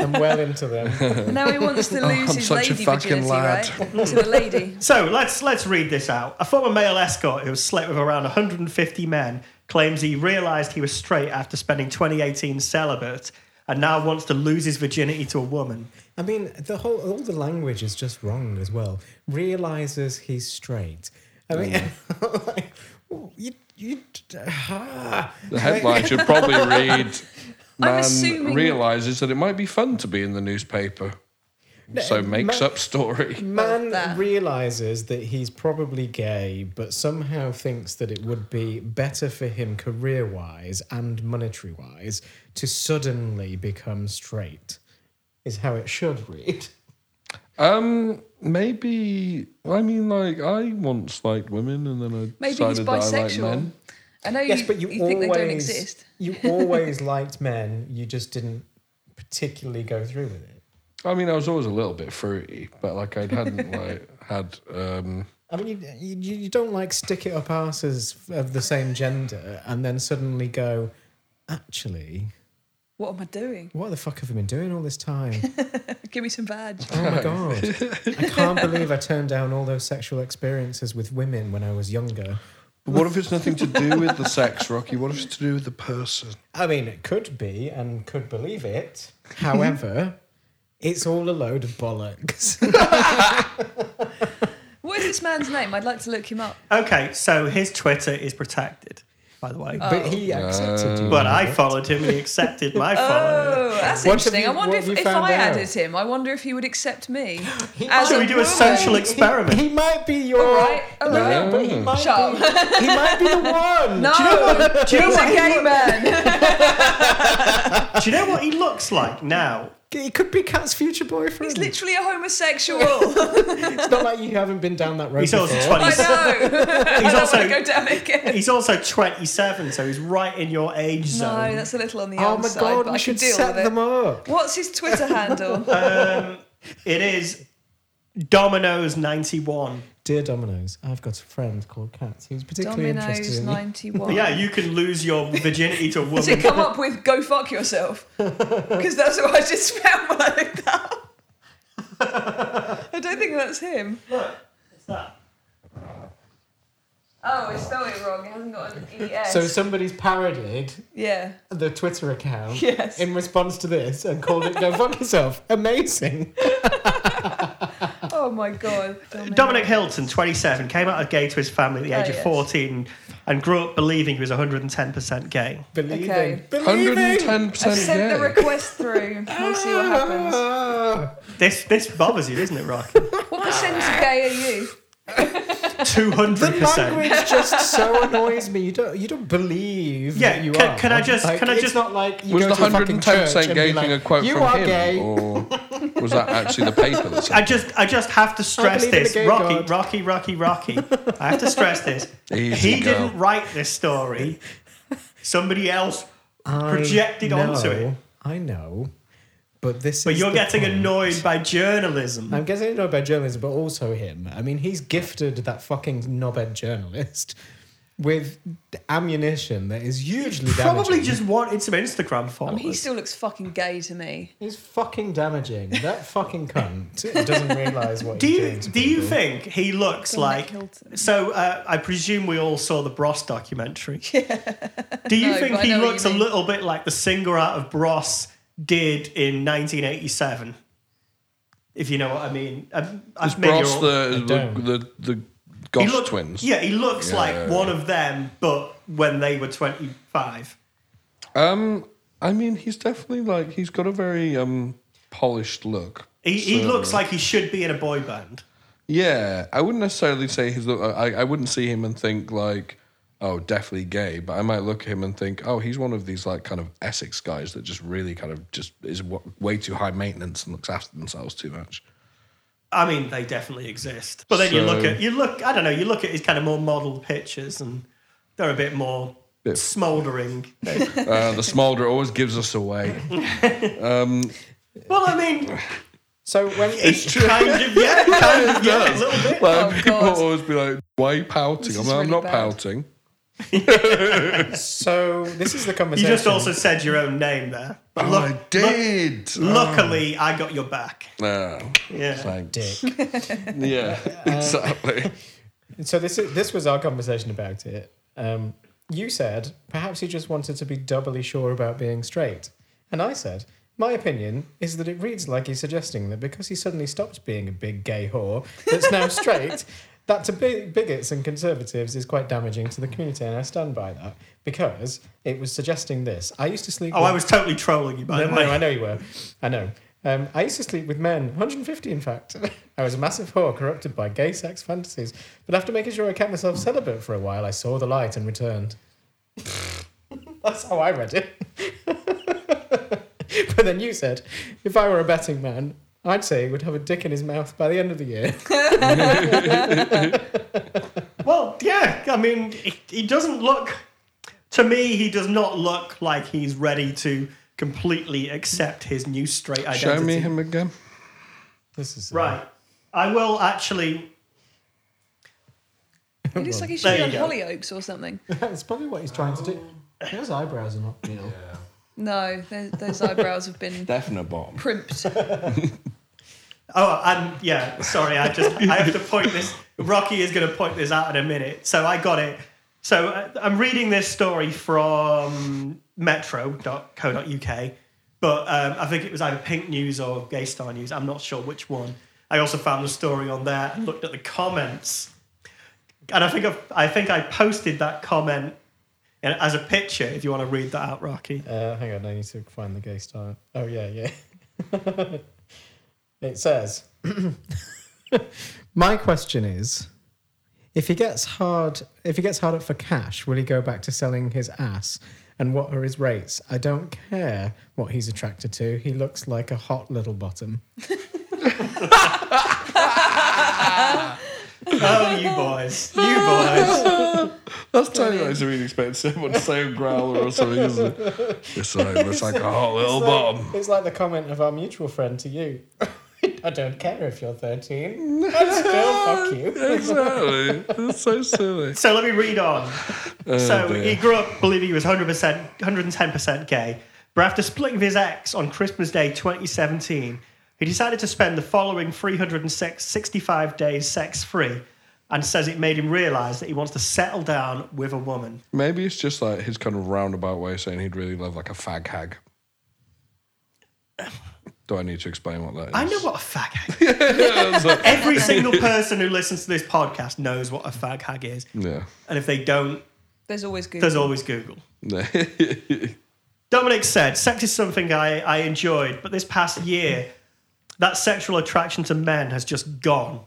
[SPEAKER 5] "I'm well into them."
[SPEAKER 4] Now he wants to lose
[SPEAKER 3] I'm
[SPEAKER 4] his
[SPEAKER 3] such a
[SPEAKER 4] lady
[SPEAKER 3] fucking
[SPEAKER 4] virginity,
[SPEAKER 3] lad.
[SPEAKER 4] right? to the lady.
[SPEAKER 2] So let's let's read this out. A former male escort who has slept with around 150 men claims he realised he was straight after spending 2018 celibate, and now wants to lose his virginity to a woman.
[SPEAKER 5] I mean, the whole all the language is just wrong as well. Realizes he's straight. I mean,
[SPEAKER 3] Mm.
[SPEAKER 5] like, you, you, ah.
[SPEAKER 3] The headline should probably read Man
[SPEAKER 4] assuming-
[SPEAKER 3] realizes that it might be fun to be in the newspaper. So makes
[SPEAKER 5] ma-
[SPEAKER 3] up story.
[SPEAKER 5] Man
[SPEAKER 4] that.
[SPEAKER 5] realizes that he's probably gay, but somehow thinks that it would be better for him career wise and monetary wise to suddenly become straight, is how it should read.
[SPEAKER 3] Um maybe I mean like I once liked women and then I
[SPEAKER 4] Maybe he's
[SPEAKER 3] decided that I like
[SPEAKER 4] bisexual.
[SPEAKER 3] men.
[SPEAKER 4] I know
[SPEAKER 5] yes,
[SPEAKER 4] you,
[SPEAKER 5] but you,
[SPEAKER 4] you
[SPEAKER 5] always
[SPEAKER 4] think they don't exist.
[SPEAKER 5] you always liked men, you just didn't particularly go through with it.
[SPEAKER 3] I mean I was always a little bit fruity, but like I hadn't like had um
[SPEAKER 5] I mean, you, you, you don't like stick it up asses of the same gender and then suddenly go, actually,
[SPEAKER 4] What am I doing?
[SPEAKER 5] what the fuck have I been doing all this time?
[SPEAKER 4] Give me some badge.
[SPEAKER 5] Oh my god! I can't believe I turned down all those sexual experiences with women when I was younger.
[SPEAKER 3] what if it's nothing to do with the sex, Rocky? What if it's to do with the person?
[SPEAKER 5] I mean, it could be and could believe it. However, it's all a load of bollocks.
[SPEAKER 4] What is this man's name? I'd like to look him up.
[SPEAKER 2] Okay, so his Twitter is protected, by the way.
[SPEAKER 5] but he accepted you.
[SPEAKER 2] But I followed him and he accepted my follow.
[SPEAKER 4] Oh. Oh, that's
[SPEAKER 5] What have
[SPEAKER 4] interesting.
[SPEAKER 5] you-
[SPEAKER 4] I wonder
[SPEAKER 5] what
[SPEAKER 4] if,
[SPEAKER 5] have you
[SPEAKER 4] if
[SPEAKER 5] found
[SPEAKER 4] I
[SPEAKER 5] out?
[SPEAKER 4] added him, I wonder if he would accept me. as
[SPEAKER 2] Should we do a
[SPEAKER 4] woman.
[SPEAKER 2] social experiment?
[SPEAKER 5] He might be your.
[SPEAKER 4] All right, all
[SPEAKER 5] No,
[SPEAKER 4] right.
[SPEAKER 5] but he might
[SPEAKER 4] Shut
[SPEAKER 5] be. He might be the one.
[SPEAKER 4] No,
[SPEAKER 2] do you know
[SPEAKER 4] he's a
[SPEAKER 2] what he
[SPEAKER 4] gay
[SPEAKER 2] looked-
[SPEAKER 4] man.
[SPEAKER 2] Do you know what he looks like now?
[SPEAKER 5] He could be Cat's future boyfriend.
[SPEAKER 4] He's literally a homosexual.
[SPEAKER 5] it's not like you haven't been down that road
[SPEAKER 2] He's
[SPEAKER 5] before.
[SPEAKER 2] also
[SPEAKER 4] I
[SPEAKER 2] 20,
[SPEAKER 4] know. I
[SPEAKER 2] He's
[SPEAKER 4] don't want
[SPEAKER 2] also
[SPEAKER 4] to go down again.
[SPEAKER 2] he's also 27, so he's right in your age zone.
[SPEAKER 4] No, that's a little on the
[SPEAKER 5] Oh my
[SPEAKER 4] outside,
[SPEAKER 5] god!
[SPEAKER 4] but
[SPEAKER 5] We
[SPEAKER 4] I can
[SPEAKER 5] should
[SPEAKER 4] deal
[SPEAKER 5] set
[SPEAKER 4] with it.
[SPEAKER 5] them up.
[SPEAKER 4] What's his Twitter handle?
[SPEAKER 2] It is Domino's 91.
[SPEAKER 5] Dear Dominoes, I've got a friend called Kat who's particularly interested
[SPEAKER 4] Domino's
[SPEAKER 5] in
[SPEAKER 4] ninety one.
[SPEAKER 2] Yeah, you can lose your virginity to a
[SPEAKER 4] Does it
[SPEAKER 2] woman.
[SPEAKER 4] come up with "go fuck yourself"? Because that's what I just found when I looked that up. I don't think that's him. Oh, I spelled it wrong. It hasn't got an E S.
[SPEAKER 5] So somebody's parodied
[SPEAKER 4] yeah.
[SPEAKER 5] the Twitter account
[SPEAKER 4] Yes.
[SPEAKER 5] in response to this and called it "Go fuck yourself." Amazing.
[SPEAKER 4] Oh my god.
[SPEAKER 2] Dominic Hilton, 27, came out as gay to his family at the
[SPEAKER 4] Oh,
[SPEAKER 2] age of
[SPEAKER 4] yes.
[SPEAKER 2] 14 and grew up believing he was 110% gay.
[SPEAKER 5] Believing.
[SPEAKER 4] Okay.
[SPEAKER 5] Believing.
[SPEAKER 3] 110
[SPEAKER 4] I sent
[SPEAKER 3] percent
[SPEAKER 4] the request through. We'll see what happens.
[SPEAKER 5] Ah.
[SPEAKER 2] This this bothers you, doesn't it, Rocky?
[SPEAKER 4] What percent
[SPEAKER 2] Ah.
[SPEAKER 4] gay are you?
[SPEAKER 2] 200%.
[SPEAKER 5] Language just so annoys me. You don't. You don't believe.
[SPEAKER 2] Yeah,
[SPEAKER 5] That you
[SPEAKER 2] can-
[SPEAKER 5] are.
[SPEAKER 2] can I just-
[SPEAKER 5] Like,
[SPEAKER 2] can I
[SPEAKER 5] it's
[SPEAKER 2] just-
[SPEAKER 5] not like you
[SPEAKER 3] Was
[SPEAKER 5] go
[SPEAKER 3] the
[SPEAKER 5] to a fucking
[SPEAKER 3] hundred and ten
[SPEAKER 5] church
[SPEAKER 3] percent
[SPEAKER 5] and be
[SPEAKER 3] gay
[SPEAKER 5] like,
[SPEAKER 3] thing a quote
[SPEAKER 5] you
[SPEAKER 3] from
[SPEAKER 5] are
[SPEAKER 3] him,
[SPEAKER 5] gay.
[SPEAKER 3] or was that actually the paper that
[SPEAKER 2] I
[SPEAKER 3] said
[SPEAKER 2] just I just have to stress
[SPEAKER 5] believe in a
[SPEAKER 2] this.
[SPEAKER 5] gay
[SPEAKER 2] Rocky,
[SPEAKER 5] God.
[SPEAKER 2] Rocky, Rocky, Rocky. I have to stress this.
[SPEAKER 3] Easy
[SPEAKER 2] he
[SPEAKER 3] girl.
[SPEAKER 2] didn't write this story. Somebody else projected
[SPEAKER 5] I
[SPEAKER 2] onto it.
[SPEAKER 5] know, Mm, I know, but this.
[SPEAKER 2] But
[SPEAKER 5] is
[SPEAKER 2] you're
[SPEAKER 5] the
[SPEAKER 2] getting
[SPEAKER 5] point.
[SPEAKER 2] annoyed by journalism.
[SPEAKER 5] I'm getting annoyed by journalism, but also him. I mean, he's gifted that fucking knobhead journalist with ammunition that is hugely
[SPEAKER 2] Probably
[SPEAKER 5] damaging.
[SPEAKER 2] just wanted some Instagram followers.
[SPEAKER 4] He still looks fucking gay to me.
[SPEAKER 5] He's fucking damaging. That fucking cunt doesn't realise what
[SPEAKER 2] do
[SPEAKER 5] he's
[SPEAKER 2] you
[SPEAKER 5] doing. to
[SPEAKER 2] do you
[SPEAKER 5] people.
[SPEAKER 2] think he looks
[SPEAKER 4] Dominic
[SPEAKER 2] like?
[SPEAKER 4] Hilton.
[SPEAKER 2] So uh, I presume we all saw the Bros documentary. Do you
[SPEAKER 4] No,
[SPEAKER 2] think
[SPEAKER 4] but I
[SPEAKER 2] he
[SPEAKER 4] know what
[SPEAKER 2] looks
[SPEAKER 4] you
[SPEAKER 2] a
[SPEAKER 4] mean.
[SPEAKER 2] little bit like the singer out of Bros did in 1987? If you know what I mean. I, I
[SPEAKER 3] Is
[SPEAKER 2] maybe you're
[SPEAKER 3] Bros
[SPEAKER 2] all-
[SPEAKER 3] the,
[SPEAKER 5] don't.
[SPEAKER 3] the, the, the
[SPEAKER 2] he
[SPEAKER 3] Goss
[SPEAKER 2] look-
[SPEAKER 3] twins?
[SPEAKER 2] Yeah, he looks
[SPEAKER 3] Yeah,
[SPEAKER 2] like
[SPEAKER 3] yeah,
[SPEAKER 2] one of them, but when they were 25.
[SPEAKER 3] Um, I mean, he's definitely like he's got a very um polished look.
[SPEAKER 2] He, he
[SPEAKER 3] Certainly.
[SPEAKER 2] looks like he should be in a boy band.
[SPEAKER 3] Yeah, I wouldn't necessarily say he's. Look, I I wouldn't see him and think like, oh, definitely gay. But I might look at him and think, oh, he's one of these like kind of Essex guys that just really kind of just is w- way too high maintenance and looks after themselves too much.
[SPEAKER 2] I mean, they definitely exist. But then you look
[SPEAKER 3] So-
[SPEAKER 2] at you look. I don't know. You look at his kind of more modelled pictures, and they're a bit more
[SPEAKER 3] Bit-
[SPEAKER 2] smouldering.
[SPEAKER 3] Uh, the smolder always gives us away.
[SPEAKER 2] Well, I mean,
[SPEAKER 5] So when
[SPEAKER 2] it's kind of yeah, kind of yeah, a little bit.
[SPEAKER 3] Like,
[SPEAKER 4] Oh,
[SPEAKER 3] people
[SPEAKER 4] God.
[SPEAKER 3] always be like, "Why are you pouting?"
[SPEAKER 4] This
[SPEAKER 3] I'm,
[SPEAKER 4] is
[SPEAKER 3] like, I'm
[SPEAKER 4] really
[SPEAKER 3] not
[SPEAKER 4] bad.
[SPEAKER 3] pouting.
[SPEAKER 5] so this is the
[SPEAKER 2] You
[SPEAKER 5] conversation.
[SPEAKER 2] just also said your own name there. But
[SPEAKER 3] Oh,
[SPEAKER 2] look,
[SPEAKER 3] I did.
[SPEAKER 2] luckily, I got your back.
[SPEAKER 3] No.
[SPEAKER 2] Yeah.
[SPEAKER 3] Thanks.
[SPEAKER 5] dick.
[SPEAKER 3] Yeah, exactly.
[SPEAKER 5] So this is, this was our conversation about it. Um, you said perhaps he just wanted to be doubly sure about being straight, and I said my opinion is that it reads like he's suggesting that because he suddenly stopped being a big gay whore that's now straight, that to bi- bigots and conservatives is quite damaging to the community, and I stand by that because it was suggesting this. I used to sleep.
[SPEAKER 2] Oh,
[SPEAKER 5] with-
[SPEAKER 2] I was totally trolling you, by
[SPEAKER 5] no,
[SPEAKER 2] the
[SPEAKER 5] no,
[SPEAKER 2] way.
[SPEAKER 5] I know you were. I know. Um, I used to sleep with men, 150 in fact. I was a massive whore, corrupted by gay sex fantasies. But after making sure I kept myself celibate for a while, I saw the light and returned. That's how I read it. but then you said, if I were a betting man, I'd say he would have a dick in his mouth by the end of the year.
[SPEAKER 2] Well, yeah. I mean, he, he doesn't look. To me, he does not look like he's ready to completely accept his new straight identity.
[SPEAKER 3] Show me him again.
[SPEAKER 5] This is uh,
[SPEAKER 2] Right. I will actually.
[SPEAKER 4] He looks like he should
[SPEAKER 2] There
[SPEAKER 4] be on
[SPEAKER 2] you go.
[SPEAKER 4] Hollyoaks or something.
[SPEAKER 5] That's probably what he's trying to do. Those eyebrows are not real.
[SPEAKER 4] No, th- those eyebrows have been
[SPEAKER 3] Definite bomb.
[SPEAKER 4] primped.
[SPEAKER 2] Oh, and yeah. Sorry, I just I have to point this. Rocky is going to point this out in a minute. So I got it. So uh, I'm reading this story from Metro.co.uk, but um, I think it was either Pink News or Gay Star News. I'm not sure which one. I also found the story on there and looked at the comments. And I think I've, I think I posted that comment and- as a picture. If you want to read that out, Rocky.
[SPEAKER 5] Uh, hang on, I need to find the gay star. Oh yeah, yeah. it says, "My question is, if he gets hard, if he gets hard up for cash, will he go back to selling his ass? And what are his rates? I don't care what he's attracted to. He looks like a hot little bottom.
[SPEAKER 2] Oh, you boys, you boys.
[SPEAKER 3] That's totally like something you'd expect someone to say a growler or something, isn't it? It's like, it's like a hot little
[SPEAKER 5] it's
[SPEAKER 3] bomb.
[SPEAKER 5] Like, it's like the comment of our mutual friend to you. I don't care if you're thirteen. I'd still fuck you.
[SPEAKER 3] Exactly. That's so silly.
[SPEAKER 2] So let me read on.
[SPEAKER 3] Oh,
[SPEAKER 2] So
[SPEAKER 3] dear.
[SPEAKER 2] he grew up believing he was 100%, 110% gay, but after splitting with his ex on Christmas Day 2017, he decided to spend the following 365 days sex free and says it made him realize that he wants to settle down with a woman.
[SPEAKER 3] Maybe it's just like his kind of roundabout way of saying he'd really love like a fag hag. Do I need to explain what that is?
[SPEAKER 2] I know what a fag hag is. Every single person who listens to this podcast knows what a fag hag is.
[SPEAKER 3] Yeah.
[SPEAKER 2] And if they don't,
[SPEAKER 4] There's always good.
[SPEAKER 2] there's always Google. Dominic said, sex is something I, I enjoyed, but this past year, that sexual attraction to men has just gone.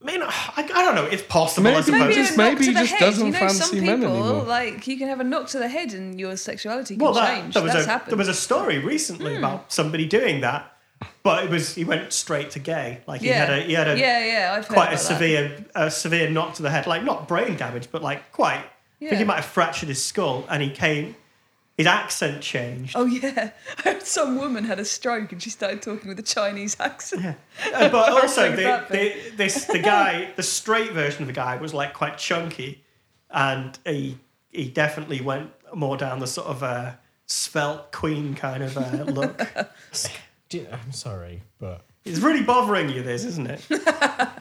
[SPEAKER 2] I mean, I, I don't know. It's possible, I
[SPEAKER 3] Maybe-
[SPEAKER 2] suppose.
[SPEAKER 4] Maybe
[SPEAKER 3] Just
[SPEAKER 4] a knock
[SPEAKER 3] maybe
[SPEAKER 4] to
[SPEAKER 3] he
[SPEAKER 4] the
[SPEAKER 3] just
[SPEAKER 4] head.
[SPEAKER 3] doesn't
[SPEAKER 4] you know,
[SPEAKER 3] fancy
[SPEAKER 4] some
[SPEAKER 3] men
[SPEAKER 4] people,
[SPEAKER 3] anymore.
[SPEAKER 4] Like you can have a knock to the head and your sexuality can
[SPEAKER 2] well, that,
[SPEAKER 4] change.
[SPEAKER 2] there was
[SPEAKER 4] That's
[SPEAKER 2] a,
[SPEAKER 4] happened. Hmm.
[SPEAKER 2] there was a story recently about somebody doing that, but it was he went straight to gay. Like he
[SPEAKER 4] yeah.
[SPEAKER 2] had a he had a
[SPEAKER 4] yeah, yeah. I've heard
[SPEAKER 2] quite a
[SPEAKER 4] about that.
[SPEAKER 2] severe a severe knock to the head, like not brain damage, but like quite. I think
[SPEAKER 4] Yeah.
[SPEAKER 2] he might have fractured his skull, and he came. His accent changed.
[SPEAKER 4] Oh yeah, some woman had a stroke and she started talking with a Chinese accent.
[SPEAKER 2] Yeah. Uh, but also
[SPEAKER 4] Horrific
[SPEAKER 2] the,
[SPEAKER 4] rap
[SPEAKER 2] the, this the guy the straight version of the guy was like quite chunky and he he definitely went more down the sort of uh, svelte queen kind of uh, look
[SPEAKER 5] Do you- I'm sorry, but
[SPEAKER 2] it's really bothering you this isn't it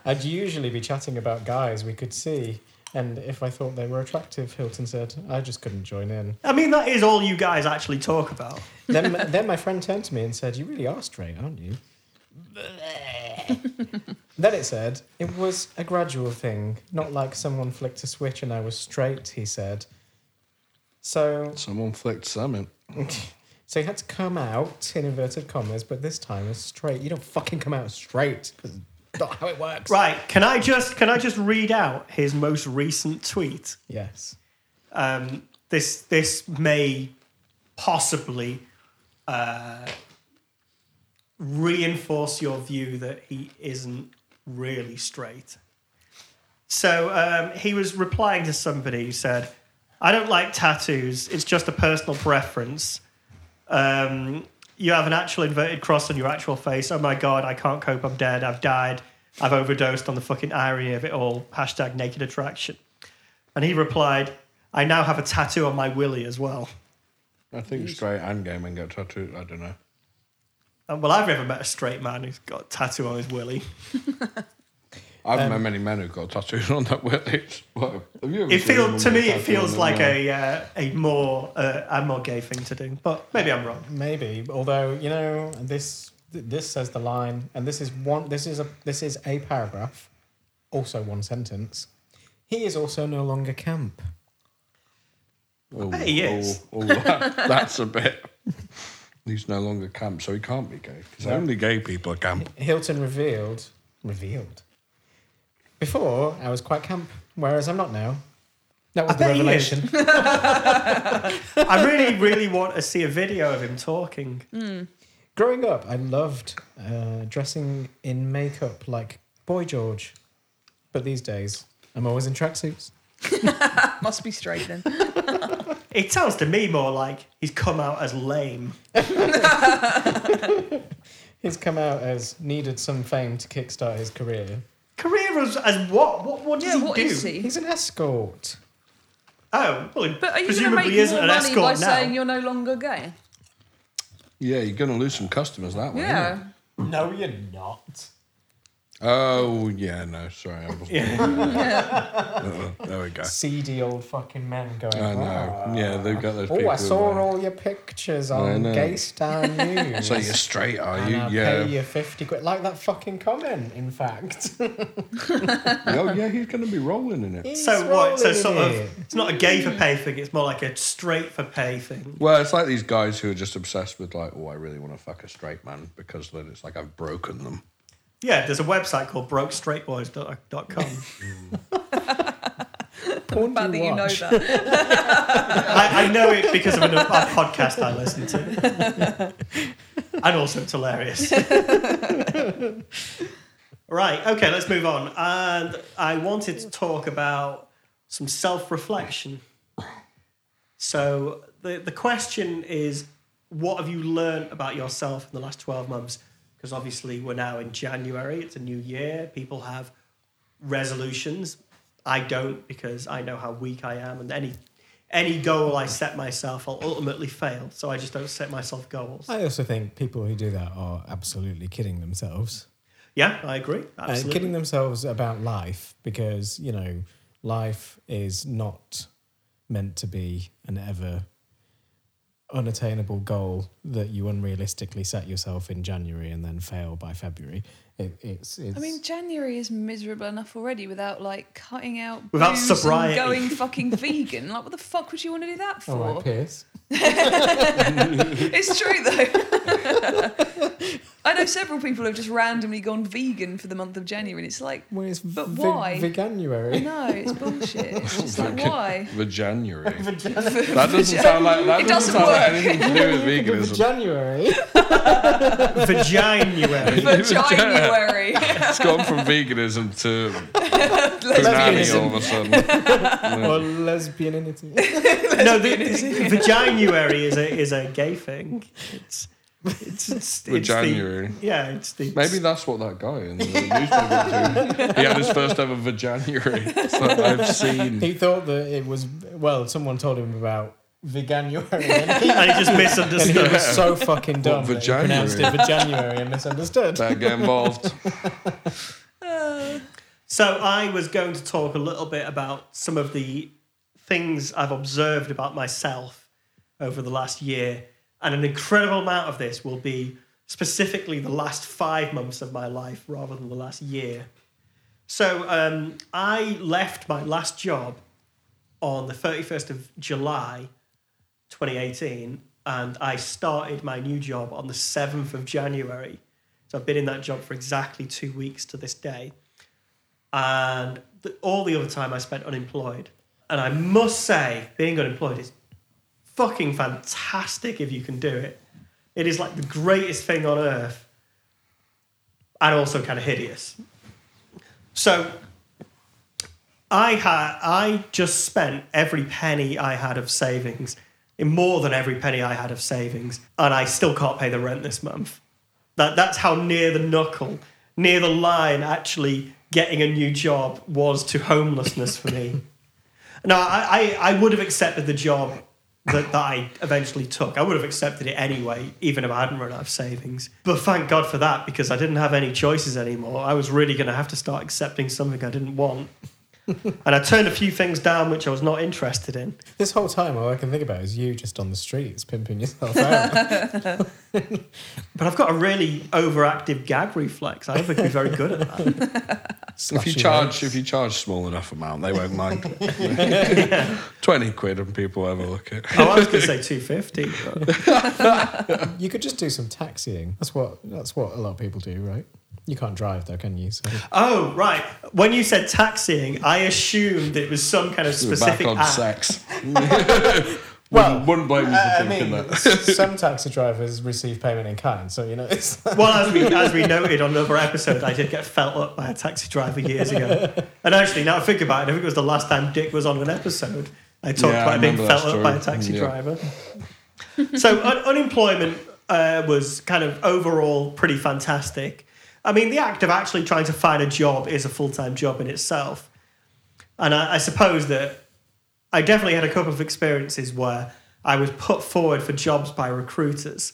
[SPEAKER 5] I'd usually be chatting about guys we could see, and if I thought they were attractive, Hilton said, I just couldn't join in.
[SPEAKER 2] i mean that is all you guys actually talk about
[SPEAKER 5] Then, then my friend turned to me and said, You really are straight, aren't you? then it said, It was a gradual thing, not like someone flicked a switch and I was straight, he said. So,
[SPEAKER 3] Someone flicked something.
[SPEAKER 5] so he had to come out, in inverted commas, but this time as straight. You don't fucking come out as straight, 'cause it's not how it works.
[SPEAKER 2] right can i just can i just read out his most recent tweet
[SPEAKER 5] Yes.
[SPEAKER 2] um, this this may possibly uh, reinforce your view that he isn't really straight. So um, he was replying to somebody who said, I don't like tattoos, it's just a personal preference. Um, you have an actual inverted cross on your actual face. Oh my God, I can't cope, I'm dead, I've died, I've overdosed on the fucking irony of it all. Hashtag naked attraction. And he replied, I now have a tattoo on my willy as well.
[SPEAKER 3] I think straight and gay men get tattooed. I don't know.
[SPEAKER 2] And, Uh, well, I've never met a straight man who's got a tattoo on his willy.
[SPEAKER 3] I haven't met many men who've got tattoos on that word. It's- What, have you ever
[SPEAKER 2] It
[SPEAKER 3] seen a woman
[SPEAKER 2] feels to me,
[SPEAKER 3] with a
[SPEAKER 2] it
[SPEAKER 3] tattoo on
[SPEAKER 2] feels
[SPEAKER 3] their
[SPEAKER 2] like
[SPEAKER 3] arm?
[SPEAKER 2] a uh, a more uh, a more gay thing to do, but maybe I'm wrong.
[SPEAKER 5] Maybe, although you know this. This says the line, and this is one. This is a. This is a paragraph, also one sentence. He is also no longer camp.
[SPEAKER 3] Oh,
[SPEAKER 2] bet he is.
[SPEAKER 3] oh, oh, that- that's a bit. He's no longer camp, so he can't be gay. Because only gay people are camp.
[SPEAKER 5] Hilton revealed. Revealed. Before I was quite camp, whereas I'm not now. That was
[SPEAKER 2] I
[SPEAKER 5] the
[SPEAKER 2] bet he is.
[SPEAKER 5] revelation.
[SPEAKER 2] I really, really want to see a video of him talking.
[SPEAKER 5] Growing up, I loved uh, dressing in makeup like Boy George, but these days I'm always in tracksuits.
[SPEAKER 4] Must be straight then.
[SPEAKER 2] It sounds to me more like he's come out as lame.
[SPEAKER 5] He's come out as needed some fame to kickstart his career.
[SPEAKER 2] Career as, as what? What? What does
[SPEAKER 4] yeah,
[SPEAKER 2] he
[SPEAKER 4] what
[SPEAKER 2] do?
[SPEAKER 4] is he?
[SPEAKER 5] He's an escort.
[SPEAKER 2] Oh, well, he
[SPEAKER 4] But are you going to
[SPEAKER 2] presumably
[SPEAKER 4] make
[SPEAKER 2] isn't
[SPEAKER 4] more
[SPEAKER 2] an
[SPEAKER 4] money by
[SPEAKER 2] escort now.
[SPEAKER 4] saying you're no longer gay?
[SPEAKER 3] Yeah, you're going to lose some customers that way.
[SPEAKER 4] Yeah.
[SPEAKER 3] innit?
[SPEAKER 5] No, you're not.
[SPEAKER 3] Oh, yeah, no, sorry. I wasn't. Uh-uh, there we go.
[SPEAKER 5] Seedy old fucking men going.
[SPEAKER 3] I know.
[SPEAKER 5] "Ah."
[SPEAKER 3] Yeah, they've got those
[SPEAKER 5] Oh,
[SPEAKER 3] people.
[SPEAKER 5] I saw
[SPEAKER 3] who, uh,
[SPEAKER 5] all your pictures
[SPEAKER 3] I
[SPEAKER 5] on
[SPEAKER 3] know.
[SPEAKER 5] Gay Star News.
[SPEAKER 3] So you're straight, are
[SPEAKER 5] and
[SPEAKER 3] you?
[SPEAKER 5] I'll
[SPEAKER 3] Yeah.
[SPEAKER 5] pay you 50 quid. Like that fucking comment, in fact.
[SPEAKER 3] Oh, yeah, he's going to be rolling in it.
[SPEAKER 5] He's
[SPEAKER 2] So what? So
[SPEAKER 5] rolling in
[SPEAKER 2] sort
[SPEAKER 5] it.
[SPEAKER 2] of, it's not a gay for pay thing. It's more like a straight for pay thing.
[SPEAKER 3] Well, it's like these guys who are just obsessed with, like, oh, I really want to fuck a straight man because then it's like I've broken them.
[SPEAKER 2] Yeah, there's a website called brokestraightboys.com.
[SPEAKER 5] Porn
[SPEAKER 4] Bad
[SPEAKER 5] do
[SPEAKER 4] that you know
[SPEAKER 5] watch?
[SPEAKER 4] that.
[SPEAKER 2] I, I know it because of another a podcast I listen to. and also, it's hilarious. right, okay, let's move on. And I wanted to talk about some self reflection. So, the, the question is what have you learned about yourself in the last 12 months? Because obviously, we're now in January, it's a new year, people have resolutions. I don't because I know how weak I am, and any any goal I set myself, I'll ultimately fail. So I just don't set myself goals.
[SPEAKER 5] I also think people who do that are absolutely kidding themselves.
[SPEAKER 2] yeah, I agree.
[SPEAKER 5] Uh, And
[SPEAKER 2] Absolutely.
[SPEAKER 5] kidding themselves about life because, you know, life is not meant to be an ever unattainable goal that you unrealistically set yourself in January and then fail by February. It, it's, it's,
[SPEAKER 4] I mean, January is miserable enough already without like cutting out
[SPEAKER 2] Without
[SPEAKER 4] booze
[SPEAKER 2] sobriety.
[SPEAKER 4] and going fucking vegan. Like, what the fuck would you want to do that for?
[SPEAKER 5] all right, Piers.
[SPEAKER 4] It's true though. I know several people have just randomly gone vegan for the month of January, and it's like,
[SPEAKER 5] Well, it's
[SPEAKER 4] But
[SPEAKER 5] v-
[SPEAKER 4] why?
[SPEAKER 5] Veganuary.
[SPEAKER 4] no, it's bullshit. It's just like,
[SPEAKER 3] Fucking
[SPEAKER 4] why?
[SPEAKER 3] The January. That doesn't sound like that
[SPEAKER 4] It
[SPEAKER 3] doesn't,
[SPEAKER 4] doesn't
[SPEAKER 3] sound
[SPEAKER 4] work.
[SPEAKER 3] like anything to do with veganism.
[SPEAKER 5] January.
[SPEAKER 2] Vaginuary.
[SPEAKER 4] For January.
[SPEAKER 3] It's gone from veganism to punani
[SPEAKER 4] Lesbianism.
[SPEAKER 3] all of a sudden.
[SPEAKER 5] or lesbianity.
[SPEAKER 2] no, the, the- Vaginuary is a is a gay thing. It's it's, it's, it's
[SPEAKER 3] Vajanuary.
[SPEAKER 2] The, yeah, it's the
[SPEAKER 3] Maybe that's what that guy in the newspaper did. He had his first ever vajanuary. It's like, I've seen.
[SPEAKER 5] he thought that it was, well, someone told him about Veganuary and he
[SPEAKER 2] and he just
[SPEAKER 5] And he
[SPEAKER 2] misunderstood.
[SPEAKER 5] was so fucking dumb
[SPEAKER 3] What,
[SPEAKER 5] that he pronounced it for January and misunderstood.
[SPEAKER 3] That get involved.
[SPEAKER 2] So I was going to talk a little bit about some of the things I've observed about myself over the last year, and an incredible amount of this will be specifically the last five months of my life rather than the last year. So um, I left my last job on the 31st of July 2018, and I started my new job on the 7th of January. So I've been in that job for exactly two weeks to this day and the, all the other time I spent unemployed. And I must say, being unemployed is fucking fantastic if you can do it. It is like the greatest thing on earth and also kind of hideous. So I had I just spent every penny I had of savings, in more than every penny I had of savings, and I still can't pay the rent this month. That that's how near the knuckle, near the line actually getting a new job was to homelessness for me. No, I, I, I would have accepted the job that, that I eventually took. I would have accepted it anyway, even if I hadn't run out of savings. But thank God for that because I didn't have any choices anymore. I was really going to have to start accepting something I didn't want. and I turned a few things down which I was not interested in.
[SPEAKER 5] This whole time, all I can think about is you just on the streets pimping yourself out.
[SPEAKER 2] But I've got a really overactive gag reflex. I don't think we're very good at that.
[SPEAKER 3] If you charge, if you charge small enough amount, they won't mind. Twenty quid and people overlook it.
[SPEAKER 2] Oh, I was going to say 250. but-
[SPEAKER 5] you could just do some taxiing. That's what that's what a lot of people do, right? You can't drive though, can you? So
[SPEAKER 2] Oh, right. When you said taxiing, I assumed it was some kind of
[SPEAKER 3] We're
[SPEAKER 2] specific
[SPEAKER 3] back on
[SPEAKER 2] app. uh,
[SPEAKER 3] sex.
[SPEAKER 5] Well,
[SPEAKER 3] well, wouldn't blame you for
[SPEAKER 5] I
[SPEAKER 3] thinking
[SPEAKER 5] mean,
[SPEAKER 3] that.
[SPEAKER 5] some taxi drivers receive payment in kind, so you know it's
[SPEAKER 2] Well, as we, as we noted on another episode, I did get felt up by a taxi driver years ago. And actually, now I think about it, I think it was the last time Dick was on an episode. I talked
[SPEAKER 3] Yeah, I
[SPEAKER 2] about being
[SPEAKER 3] remember
[SPEAKER 2] felt
[SPEAKER 3] that
[SPEAKER 2] up by a
[SPEAKER 3] story.
[SPEAKER 2] taxi
[SPEAKER 3] Yeah.
[SPEAKER 2] driver. so un- unemployment uh, was kind of overall pretty fantastic. I mean, the act of actually trying to find a job is a full time job in itself. And I, I suppose that I definitely had a couple of experiences where I was put forward for jobs by recruiters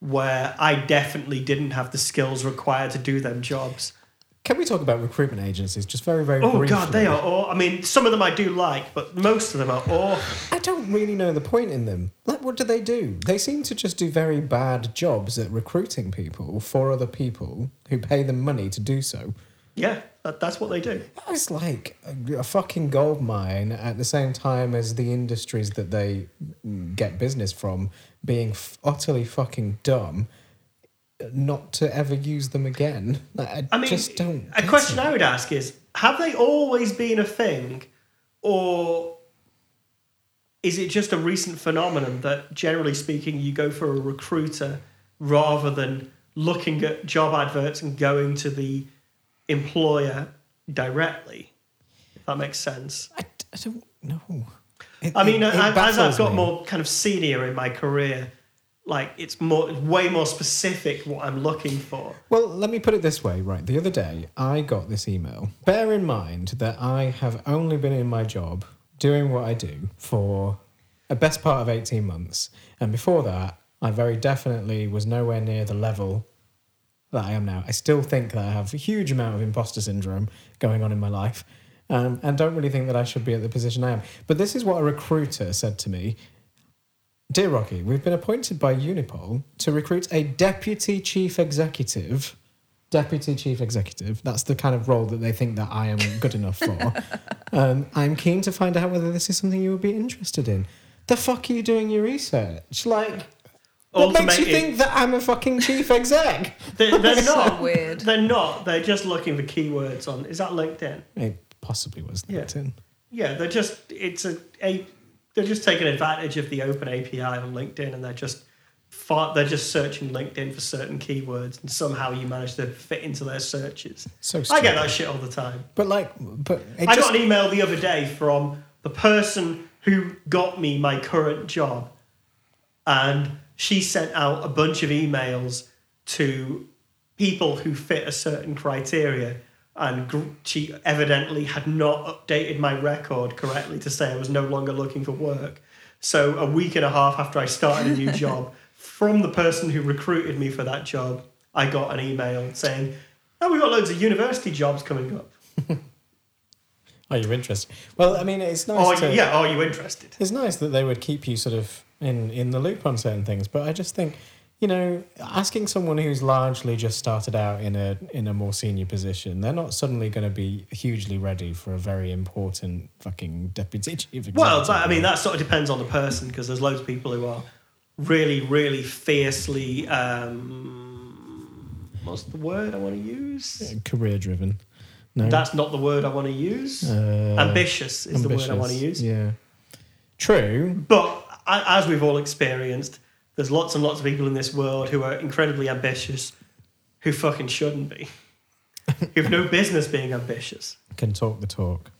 [SPEAKER 2] where I definitely didn't have the skills required to do them jobs.
[SPEAKER 5] Can we talk about recruitment agencies just very, very
[SPEAKER 2] Oh
[SPEAKER 5] briefly?
[SPEAKER 2] god, they are all I mean, some of them I do like, but most of them are all
[SPEAKER 5] I don't really know the point in them. Like, what do they do? They seem to just do very bad jobs at recruiting people for other people who pay them money to do so.
[SPEAKER 2] yeah, that, that's what they do.
[SPEAKER 5] That is like a, a fucking gold mine at the same time as the industries that they mm, get business from being f- utterly fucking dumb not to ever use them again. Like, I,
[SPEAKER 2] I mean,
[SPEAKER 5] just don't.
[SPEAKER 2] a
[SPEAKER 5] get
[SPEAKER 2] question
[SPEAKER 5] it.
[SPEAKER 2] I would ask is have they always been a thing or is it just a recent phenomenon that generally speaking you go for a recruiter rather than looking at job adverts and going to the employer directly? If that makes sense.
[SPEAKER 5] I, d- I don't know. It-
[SPEAKER 2] I mean,
[SPEAKER 5] it- it
[SPEAKER 2] I, as I've
[SPEAKER 5] baffles
[SPEAKER 2] got
[SPEAKER 5] me.
[SPEAKER 2] more kind of senior in my career, like it's more, it's way more specific what I'm looking for.
[SPEAKER 5] Well, let me put it this way, right? The other day, I got this email. Bear in mind that I have only been in my job doing what I do for a best part of 18 months. And before that, I very definitely was nowhere near the level that I am now. I still think that I have a huge amount of imposter syndrome going on in my life um, and don't really think that I should be at the position I am. But this is what a recruiter said to me Dear Rocky, we've been appointed by Unipol to recruit a deputy chief executive. Deputy chief executive. That's the kind of role that they think that I am good enough for. um, I'm keen to find out whether this is something you would be interested in. The fuck are you doing your research? Like, what makes you
[SPEAKER 2] Ultimately-
[SPEAKER 5] think that I'm a fucking chief exec?
[SPEAKER 2] They're, they're
[SPEAKER 4] So
[SPEAKER 2] not
[SPEAKER 4] weird.
[SPEAKER 2] They're not. They're just looking for keywords on. Is that LinkedIn?
[SPEAKER 5] It possibly was
[SPEAKER 2] Yeah.
[SPEAKER 5] LinkedIn.
[SPEAKER 2] Yeah, they're just. It's a. a they're just taking advantage of the open API on LinkedIn, and they're just. Far, they're just searching LinkedIn for certain keywords, and somehow you manage to fit into their searches.
[SPEAKER 5] So
[SPEAKER 2] I
[SPEAKER 5] stupid.
[SPEAKER 2] get that shit all the time.
[SPEAKER 5] But like, but it
[SPEAKER 2] I
[SPEAKER 5] just,
[SPEAKER 2] got an email the other day from the person who got me my current job, and she sent out a bunch of emails to people who fit a certain criteria, and gr- she evidently had not updated my record correctly to say I was no longer looking for work. So a week and a half after I started a new job, from the person who recruited me for that job, I got an email saying, "Oh, we've got loads of university jobs coming up."
[SPEAKER 5] are you interested? Well, I mean, it's nice.
[SPEAKER 2] Oh,
[SPEAKER 5] to,
[SPEAKER 2] yeah. Are you interested?
[SPEAKER 5] it's nice that they would keep you sort of in in the loop on certain things but i just think you know asking someone who's largely just started out in a in a more senior position they're not suddenly going to be hugely ready for a very important fucking deputy chief
[SPEAKER 2] Well,
[SPEAKER 5] executive
[SPEAKER 2] that, I mean, that sort of depends on the person because there's loads of people who are really, really fiercely. Um, what's the word I want to use?
[SPEAKER 5] career driven no
[SPEAKER 2] That's not the word I want to use.
[SPEAKER 5] uh,
[SPEAKER 2] ambitious is the word I want to
[SPEAKER 5] ambitious,
[SPEAKER 2] use.
[SPEAKER 5] yeah true
[SPEAKER 2] But I, as we've all experienced, there's lots and lots of people in this world who are incredibly ambitious who fucking shouldn't be. who have no business being ambitious.
[SPEAKER 5] Can talk the talk.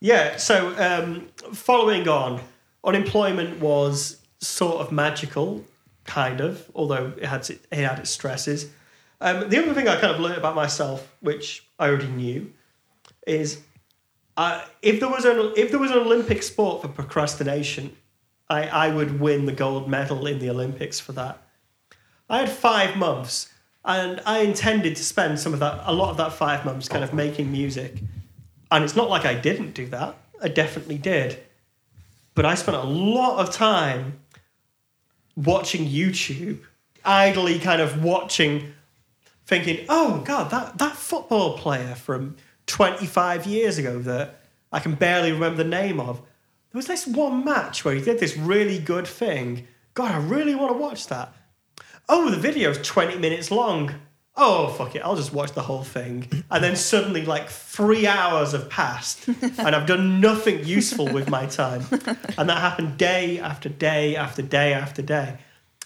[SPEAKER 2] Yeah, so um, following on, unemployment was sort of magical, kind of, although it had, it had its stresses. Um, the other thing I kind of learned about myself, which I already knew, is uh, if there was an if there was an Olympic sport for procrastination, I, I would win the gold medal in the Olympics for that. I had five months, and I intended to spend some of that, a lot of that five months, kind of making music. And it's not like I didn't do that. I definitely did, but I spent a lot of time watching YouTube, idly kind of watching, thinking, "Oh God, that that football player from 25 years ago that I can barely remember the name of." There was this one match where he did this really good thing. God, I really want to watch that. Oh, the video is 20 minutes long. Oh, fuck it, I'll just watch the whole thing. And then suddenly, like, three hours have passed and I've done nothing useful with my time. And that happened day after day after day after day.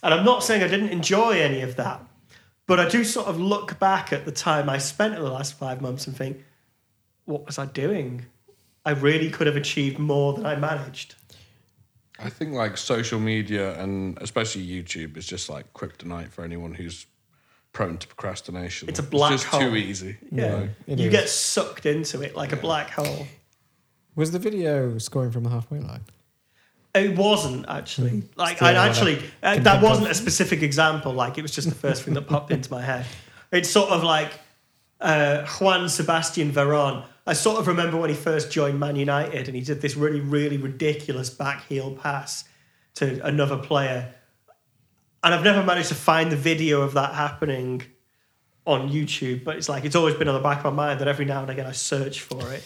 [SPEAKER 2] And I'm not saying I didn't enjoy any of that, but I do sort of look back at the time I spent in the last five months and think, what was I doing? I really could have achieved more than I managed.
[SPEAKER 3] I think like social media and especially YouTube is just like kryptonite for anyone who's prone to procrastination.
[SPEAKER 2] It's a black
[SPEAKER 3] just
[SPEAKER 2] hole.
[SPEAKER 3] too easy.
[SPEAKER 2] Yeah.
[SPEAKER 3] Like,
[SPEAKER 5] It
[SPEAKER 2] you
[SPEAKER 5] is.
[SPEAKER 2] get sucked into it like a black hole.
[SPEAKER 5] Was the video scoring from the halfway line?
[SPEAKER 2] It wasn't actually like
[SPEAKER 5] Hmm. Still
[SPEAKER 2] I
[SPEAKER 5] wanna
[SPEAKER 2] actually uh,
[SPEAKER 5] think
[SPEAKER 2] that
[SPEAKER 5] of-
[SPEAKER 2] wasn't a specific example. Like it was just the first thing that popped into my head. It's sort of like uh, Juan Sebastian Veron. I sort of remember when he first joined Man United and he did this really really ridiculous back heel pass to another player, and I've never managed to find the video of that happening on YouTube. But it's like it's always been on the back of my mind that every now and again I search for it.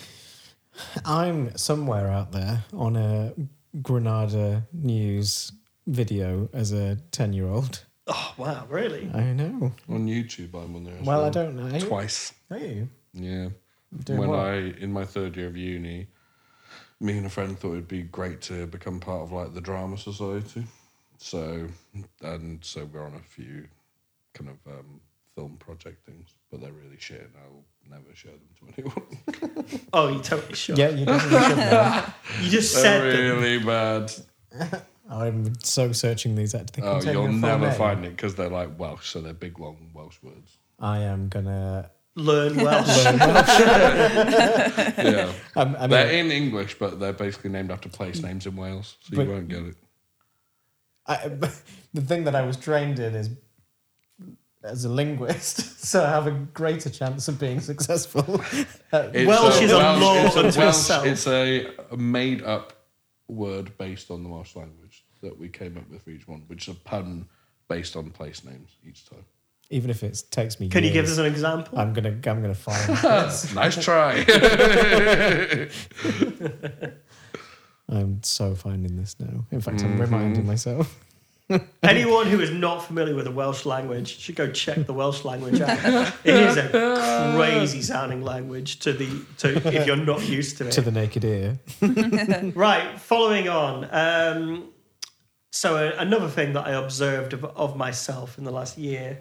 [SPEAKER 5] I'm somewhere out there on a Granada news video as a 10 year old.
[SPEAKER 2] Oh wow, really?
[SPEAKER 5] I know.
[SPEAKER 3] On YouTube, I'm on there. As
[SPEAKER 5] Well, I don't know. Are you-
[SPEAKER 3] Twice.
[SPEAKER 5] Are you?
[SPEAKER 3] Yeah.
[SPEAKER 5] Doing
[SPEAKER 3] when
[SPEAKER 5] what?
[SPEAKER 3] I in my third year of uni, me and a friend thought it'd be great to become part of like the drama society. So and so we're on a few kind of um, film project things, but they're really shit, and I'll never show them to anyone.
[SPEAKER 2] Oh, you totally sure?
[SPEAKER 5] Yeah, you definitely should know.
[SPEAKER 2] You just said
[SPEAKER 3] they're
[SPEAKER 2] that
[SPEAKER 3] really bad.
[SPEAKER 5] I'm so searching these out. They can
[SPEAKER 3] Oh,
[SPEAKER 5] tell
[SPEAKER 3] you'll
[SPEAKER 5] your full
[SPEAKER 3] never
[SPEAKER 5] name.
[SPEAKER 3] find it because they're like Welsh, so they're big long Welsh words.
[SPEAKER 5] I am gonna.
[SPEAKER 2] learn Welsh.
[SPEAKER 3] Yeah,
[SPEAKER 5] Um, I
[SPEAKER 3] they're in
[SPEAKER 5] mean, Mm.
[SPEAKER 3] English, but they're basically named after place names in Wales, so
[SPEAKER 5] But-
[SPEAKER 3] you won't get it.
[SPEAKER 5] I, the thing that I was trained in is as a linguist, so I have a greater chance of being successful. Uh,
[SPEAKER 3] It's
[SPEAKER 2] Welsh is a law
[SPEAKER 3] it's
[SPEAKER 2] unto
[SPEAKER 3] Welsh-
[SPEAKER 2] itself.
[SPEAKER 3] It's a made up word based on the Welsh language that we came up with for each one, which is a pun based on place names each time.
[SPEAKER 5] even if it takes me.
[SPEAKER 2] Can you give
[SPEAKER 5] years,
[SPEAKER 2] us an example?
[SPEAKER 5] I'm gonna. I'm gonna find. this.
[SPEAKER 3] Nice try.
[SPEAKER 5] I'm so finding this now. In fact, I'm reminding myself.
[SPEAKER 2] Anyone who is not familiar with the Welsh language should go check the Welsh language out. it is a crazy sounding language to the to if you're not used to it.
[SPEAKER 5] To the naked ear,
[SPEAKER 2] right, following on. Um, so a, another thing that I observed of, of myself in the last year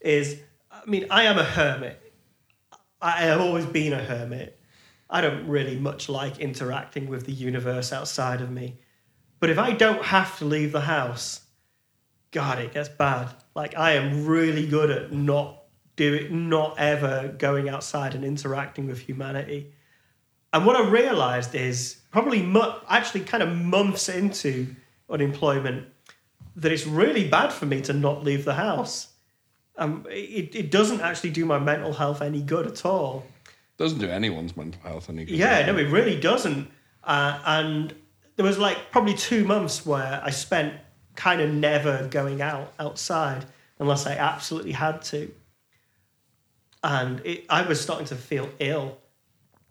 [SPEAKER 2] is, I mean, I am a hermit. I I have always been a hermit. I don't really much like interacting with the universe outside of me. But if I don't have to leave the house, God, it gets bad. Like I am really good at not doing, not ever going outside and interacting with humanity. And what I realised is probably mu- actually kind of months into unemployment that it's really bad for me to not leave the house. Um, it, it doesn't actually do my mental health any good at all.
[SPEAKER 3] Doesn't do anyone's mental health any good.
[SPEAKER 2] Yeah, no, it really doesn't. Uh, and there was like probably two months where I spent kind of never going out outside unless I absolutely had to. And it, I was starting to feel ill,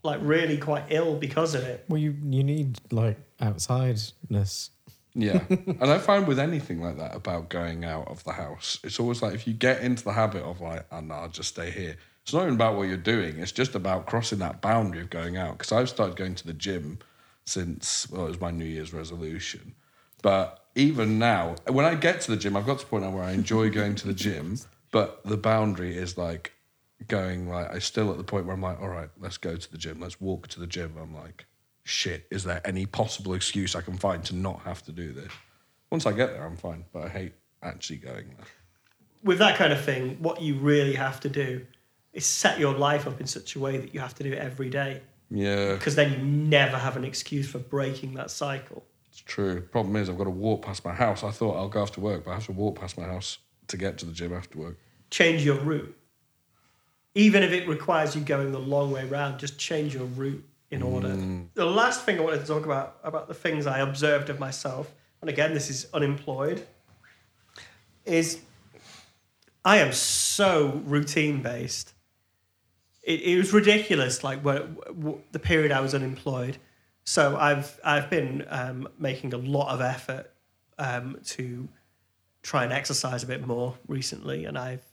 [SPEAKER 2] like really quite ill because of it.
[SPEAKER 5] well, you you need like outsideness.
[SPEAKER 3] Yeah. and I find with anything like that about going out of the house, it's always like if you get into the habit of like, and I'll just stay here. It's not even about what you're doing. It's just about crossing that boundary of going out. Because I've started going to the gym since well, it was my New Year's resolution. But even now, when I get to the gym, I've got to the point now where I enjoy going to the gym, but the boundary is like, going like I still at the point where I'm like, all right, let's go to the gym, let's walk to the gym. I'm like, shit, is there any possible excuse I can find to not have to do this? Once I get there, I'm fine, but I hate actually going there.
[SPEAKER 2] with that kind of thing, what you really have to do is set your life up in such a way that you have to do it every day.
[SPEAKER 3] Yeah,
[SPEAKER 2] Because then you never have an excuse for breaking that cycle.
[SPEAKER 3] it's true. Problem is, I've got to walk past my house. I thought I'll go after work, but I have to walk past my house to get to the gym after work.
[SPEAKER 2] Change your route. Even if it requires you going the long way round, just change your route in order. The last thing I wanted to talk about, about the things I observed of myself, and again, this is unemployed, is I am so routine based. It, it was ridiculous, like what, what, the period I was unemployed. So I've I've been um, making a lot of effort um, to try and exercise a bit more recently, and I've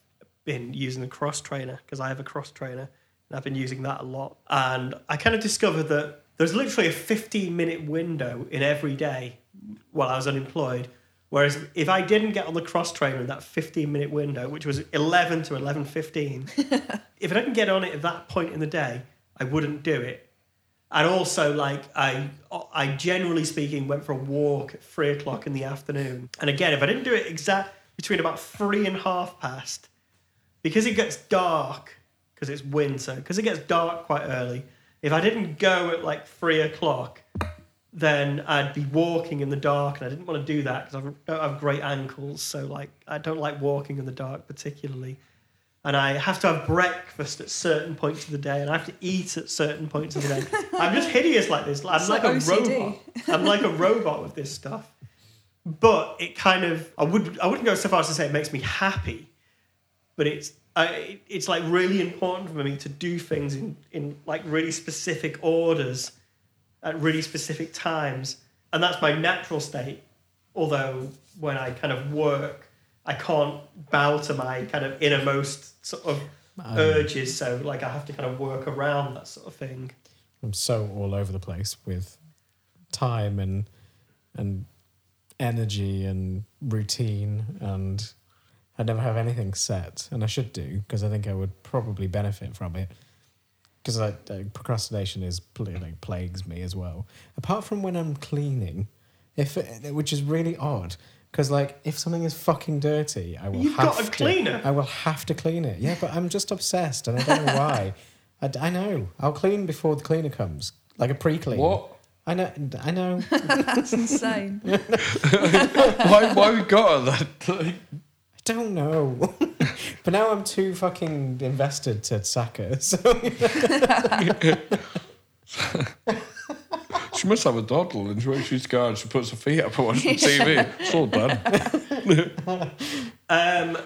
[SPEAKER 2] been using the cross trainer because I have a cross trainer, and I've been using that a lot. And I kind of discovered that there's literally a 15 minute window in every day while I was unemployed. Whereas if I didn't get on the cross trainer in that 15 minute window, which was 11 to 11:15, if I didn't get on it at that point in the day, I wouldn't do it. And also, like I, I generally speaking went for a walk at three o'clock in the afternoon. And again, if I didn't do it exact between about three and half past, because it gets dark, because it's winter, because it gets dark quite early. If I didn't go at like three o'clock, then I'd be walking in the dark, and I didn't want to do that because I don't have great ankles, so like I don't like walking in the dark particularly. And I have to have breakfast at certain points of the day, and I have to eat at certain points of the day. I'm just hideous like this. I'm
[SPEAKER 4] It's
[SPEAKER 2] like,
[SPEAKER 4] like
[SPEAKER 2] a
[SPEAKER 4] OCD.
[SPEAKER 2] robot. I'm like a robot with this stuff. But it kind of I would I wouldn't go so far as to say it makes me happy, but it's I, it's like really important for me to do things in, in like really specific orders at really specific times and that's my natural state although when i kind of work i can't bow to my kind of innermost sort of
[SPEAKER 5] Um.
[SPEAKER 2] urges so like i have to kind of work around that sort of thing
[SPEAKER 5] I'm so all over the place with time and and energy and routine and I never have anything set and I should do because I think I would probably benefit from it because I, I- procrastination is pl- like plagues me as well apart from when I'm cleaning if it, which is really odd because like if something is fucking dirty I will
[SPEAKER 2] You've
[SPEAKER 5] have
[SPEAKER 2] got a
[SPEAKER 5] to
[SPEAKER 2] cleaner.
[SPEAKER 5] I will have to clean it yeah but I'm just obsessed and I don't know why I, d- I know I'll clean before the cleaner comes like a pre-clean
[SPEAKER 3] What?
[SPEAKER 5] I know I know
[SPEAKER 4] That's insane.
[SPEAKER 3] why? Why we got her that? Like,
[SPEAKER 5] I don't know. but now I'm too fucking invested to sack her. So
[SPEAKER 3] she must have a doddle, and when she's gone, she puts her feet up and watches TV. It's all done.
[SPEAKER 2] Um,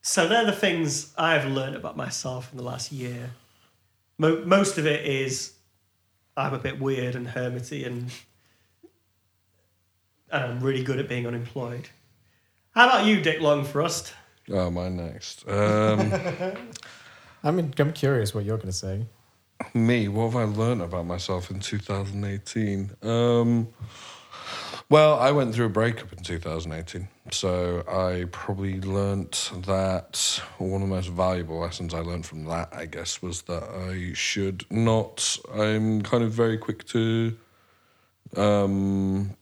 [SPEAKER 2] so they're the things I've learned about myself in the last year. Mo- most of it is I'm a bit weird and hermity, and and I'm really good at being unemployed. How about you, Dick Longfrost?
[SPEAKER 3] Oh, my next. Um,
[SPEAKER 5] I'm I'm curious what you're gonna say.
[SPEAKER 3] me, what have I learned about myself in 2018? Um, well, I went through a breakup in 2018. So I probably learnt that one of the most valuable lessons I learned from that, I guess, was that I should not, I'm kind of very quick to um,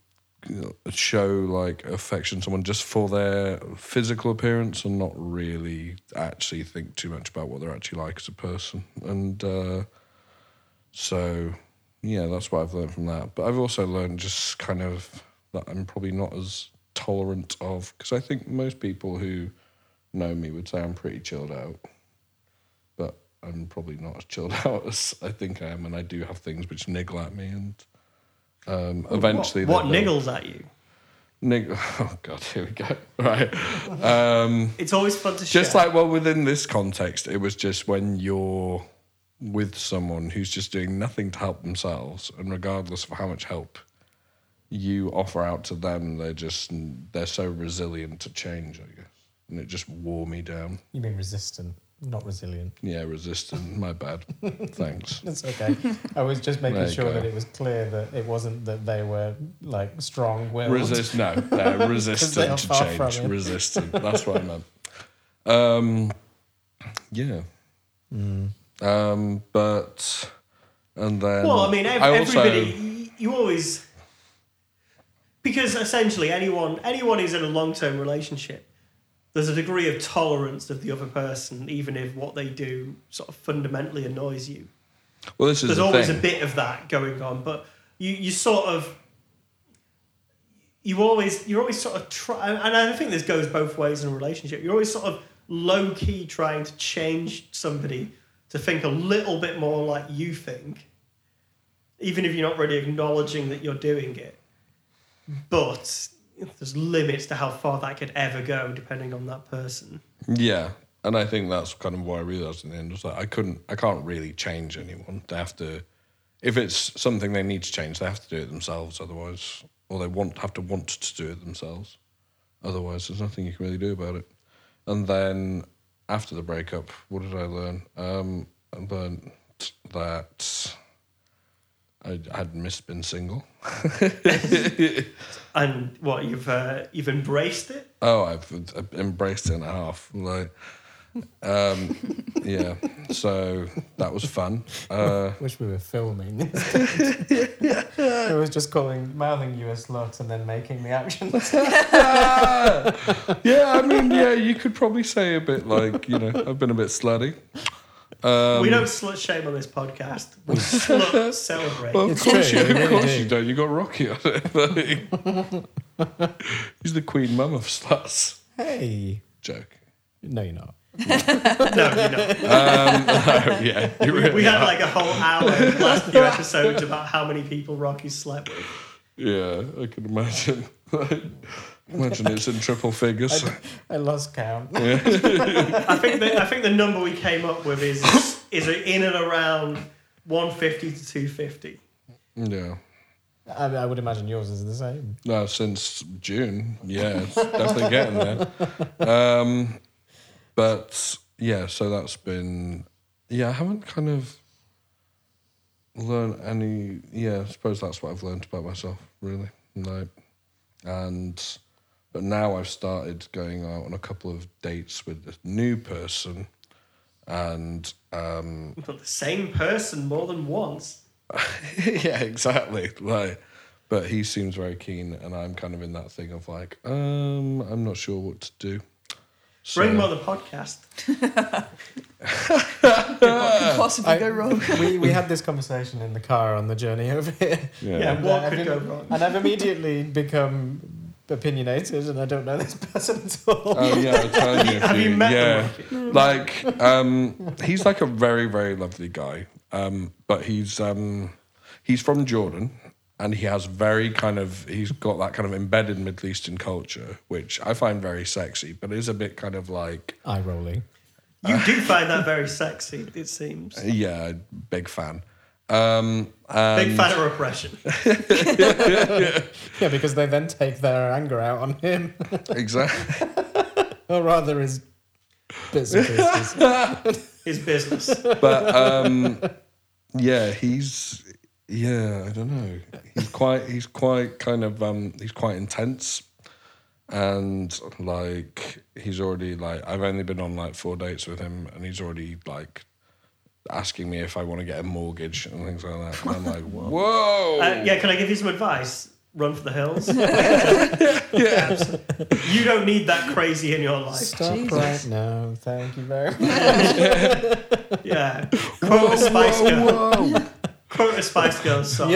[SPEAKER 3] you know, show like affection to someone just for their physical appearance and not really actually think too much about what they're actually like as a person. And uh, so, yeah, that's what I've learned from that. But I've also learned just kind of that I'm probably not as tolerant of, because I think most people who know me would say I'm pretty chilled out. But I'm probably not as chilled out as I think I am, and I do have things which niggle at me, and um, eventually,
[SPEAKER 2] what,
[SPEAKER 3] they
[SPEAKER 2] what
[SPEAKER 3] will.
[SPEAKER 2] niggles at you?
[SPEAKER 3] Nigga, oh god, here we go. Right, um,
[SPEAKER 2] It's always fun to share.
[SPEAKER 3] just like well, within this context, it was just when you're with someone who's just doing nothing to help themselves, and regardless of how much help you offer out to them, they're just they're so resilient to change, I guess, and it just wore me down.
[SPEAKER 5] You mean resistant, not resilient.
[SPEAKER 3] Yeah, resistant. My bad. Thanks.
[SPEAKER 5] That's okay. I was just
[SPEAKER 3] There
[SPEAKER 5] making
[SPEAKER 3] you
[SPEAKER 5] sure
[SPEAKER 3] go.
[SPEAKER 5] that it was clear that it wasn't that they were like strong willed.
[SPEAKER 3] Resist? No, no, resistant to
[SPEAKER 5] far from
[SPEAKER 3] change.
[SPEAKER 5] it.
[SPEAKER 3] Resistant. That's what I meant. Um, yeah,
[SPEAKER 5] Hmm.
[SPEAKER 3] Um, but and then
[SPEAKER 2] Well, I mean, ev-
[SPEAKER 3] I also-
[SPEAKER 2] everybody, y- you always because essentially anyone anyone who's in a long term relationship, there's a degree of tolerance of the other person, even if what they do sort of fundamentally annoys you.
[SPEAKER 3] well, this is
[SPEAKER 2] There's
[SPEAKER 3] the
[SPEAKER 2] always
[SPEAKER 3] thing.
[SPEAKER 2] a bit of that going on, but you you sort of you always you're always sort of try, and I think this goes both ways in a relationship. You're always sort of low key trying to change somebody to think a little bit more like you think, even if you're not really acknowledging that you're doing it. But there's limits to how far that could ever go, depending on that person.
[SPEAKER 3] Yeah, and I think that's kind of what I realized in the end was that I couldn't, I can't really change anyone. They have to, if it's something they need to change, they have to do it themselves. Otherwise, or they want have to want to do it themselves. Otherwise, there's nothing you can really do about it. And then after the breakup, what did I learn? Um, I learned that I had missed being single.
[SPEAKER 2] And what you've uh, you've embraced it.
[SPEAKER 3] Oh, I've I've embraced it in half. Like, um, yeah. So that was fun. Uh,
[SPEAKER 5] Wish we were filming. I was just calling, mouthing you a slut, and then making the action.
[SPEAKER 3] yeah, I mean, yeah, you could probably say a bit like, you know, I've been a bit slutty. Um,
[SPEAKER 2] we don't slut shame on this podcast. We slut celebrate.
[SPEAKER 3] Well, of
[SPEAKER 5] It's
[SPEAKER 3] course,
[SPEAKER 5] true,
[SPEAKER 3] you,
[SPEAKER 5] we
[SPEAKER 3] of
[SPEAKER 5] really
[SPEAKER 3] course
[SPEAKER 5] do.
[SPEAKER 3] you don't. You got Rocky on it. like. he's the queen mum of sluts.
[SPEAKER 5] hey,
[SPEAKER 3] Joke.
[SPEAKER 5] no, you're not.
[SPEAKER 2] no, you're not.
[SPEAKER 3] Um, yeah, you really
[SPEAKER 2] We had
[SPEAKER 3] are.
[SPEAKER 2] like a whole hour in the last few episodes about how many people Rocky slept with.
[SPEAKER 3] yeah, I can imagine. imagine it's in triple figures.
[SPEAKER 5] I lost count.
[SPEAKER 2] I think the, I think the number we came up with is is in and around 150 to 250.
[SPEAKER 3] yeah.
[SPEAKER 5] I, I would imagine yours is the same.
[SPEAKER 3] No, since June. Yeah, it's definitely getting there. Um, but yeah, so that's been. Yeah, I haven't kind of learned any. Yeah, I suppose that's what I've learned about myself, really. Like, and but now I've started going out on a couple of dates with this new person, and um,
[SPEAKER 2] But the same person more than once.
[SPEAKER 3] yeah, exactly. Like, but he seems very keen, and I'm kind of in that thing of like, um, I'm not sure what to do. So,
[SPEAKER 2] Bring him on the podcast.
[SPEAKER 4] What could possibly
[SPEAKER 5] I-
[SPEAKER 4] go wrong?
[SPEAKER 5] we, we had this conversation in the car on the journey over here.
[SPEAKER 3] yeah.
[SPEAKER 2] Yeah, what
[SPEAKER 5] I've
[SPEAKER 2] could
[SPEAKER 5] im-
[SPEAKER 2] go wrong?
[SPEAKER 5] And I've immediately become opinionated, and I don't know this person at all.
[SPEAKER 3] Oh yeah, I'm telling you.
[SPEAKER 2] Have you
[SPEAKER 3] dude.
[SPEAKER 2] met
[SPEAKER 3] yeah.
[SPEAKER 2] them? Rocky?
[SPEAKER 3] like um he's like a very very lovely guy um but he's um he's from jordan and he has very kind of he's got that kind of embedded middle eastern culture which i find very sexy but is a bit kind of like
[SPEAKER 5] Eye rolling.
[SPEAKER 2] You do find that very sexy, it seems.
[SPEAKER 3] yeah big fan um
[SPEAKER 2] Big fan of repression.
[SPEAKER 5] Yeah, because they then take their anger out on him,
[SPEAKER 3] exactly
[SPEAKER 5] or rather his bits and pieces.
[SPEAKER 2] His business.
[SPEAKER 3] but um yeah he's yeah i don't know he's quite he's quite kind of um he's quite intense and like he's already like i've only been on like four dates with him and he's already like asking me if i want to get a mortgage and things like that and i'm like whoa
[SPEAKER 2] Uh, yeah, can I give you some advice? Run for the hills. You don't need that crazy in your life.
[SPEAKER 5] Stop
[SPEAKER 4] Jesus.
[SPEAKER 5] right now, thank you very much.
[SPEAKER 2] Yeah. Quote a Spice Girl.
[SPEAKER 3] whoa.
[SPEAKER 2] Quote a Spice Girls song.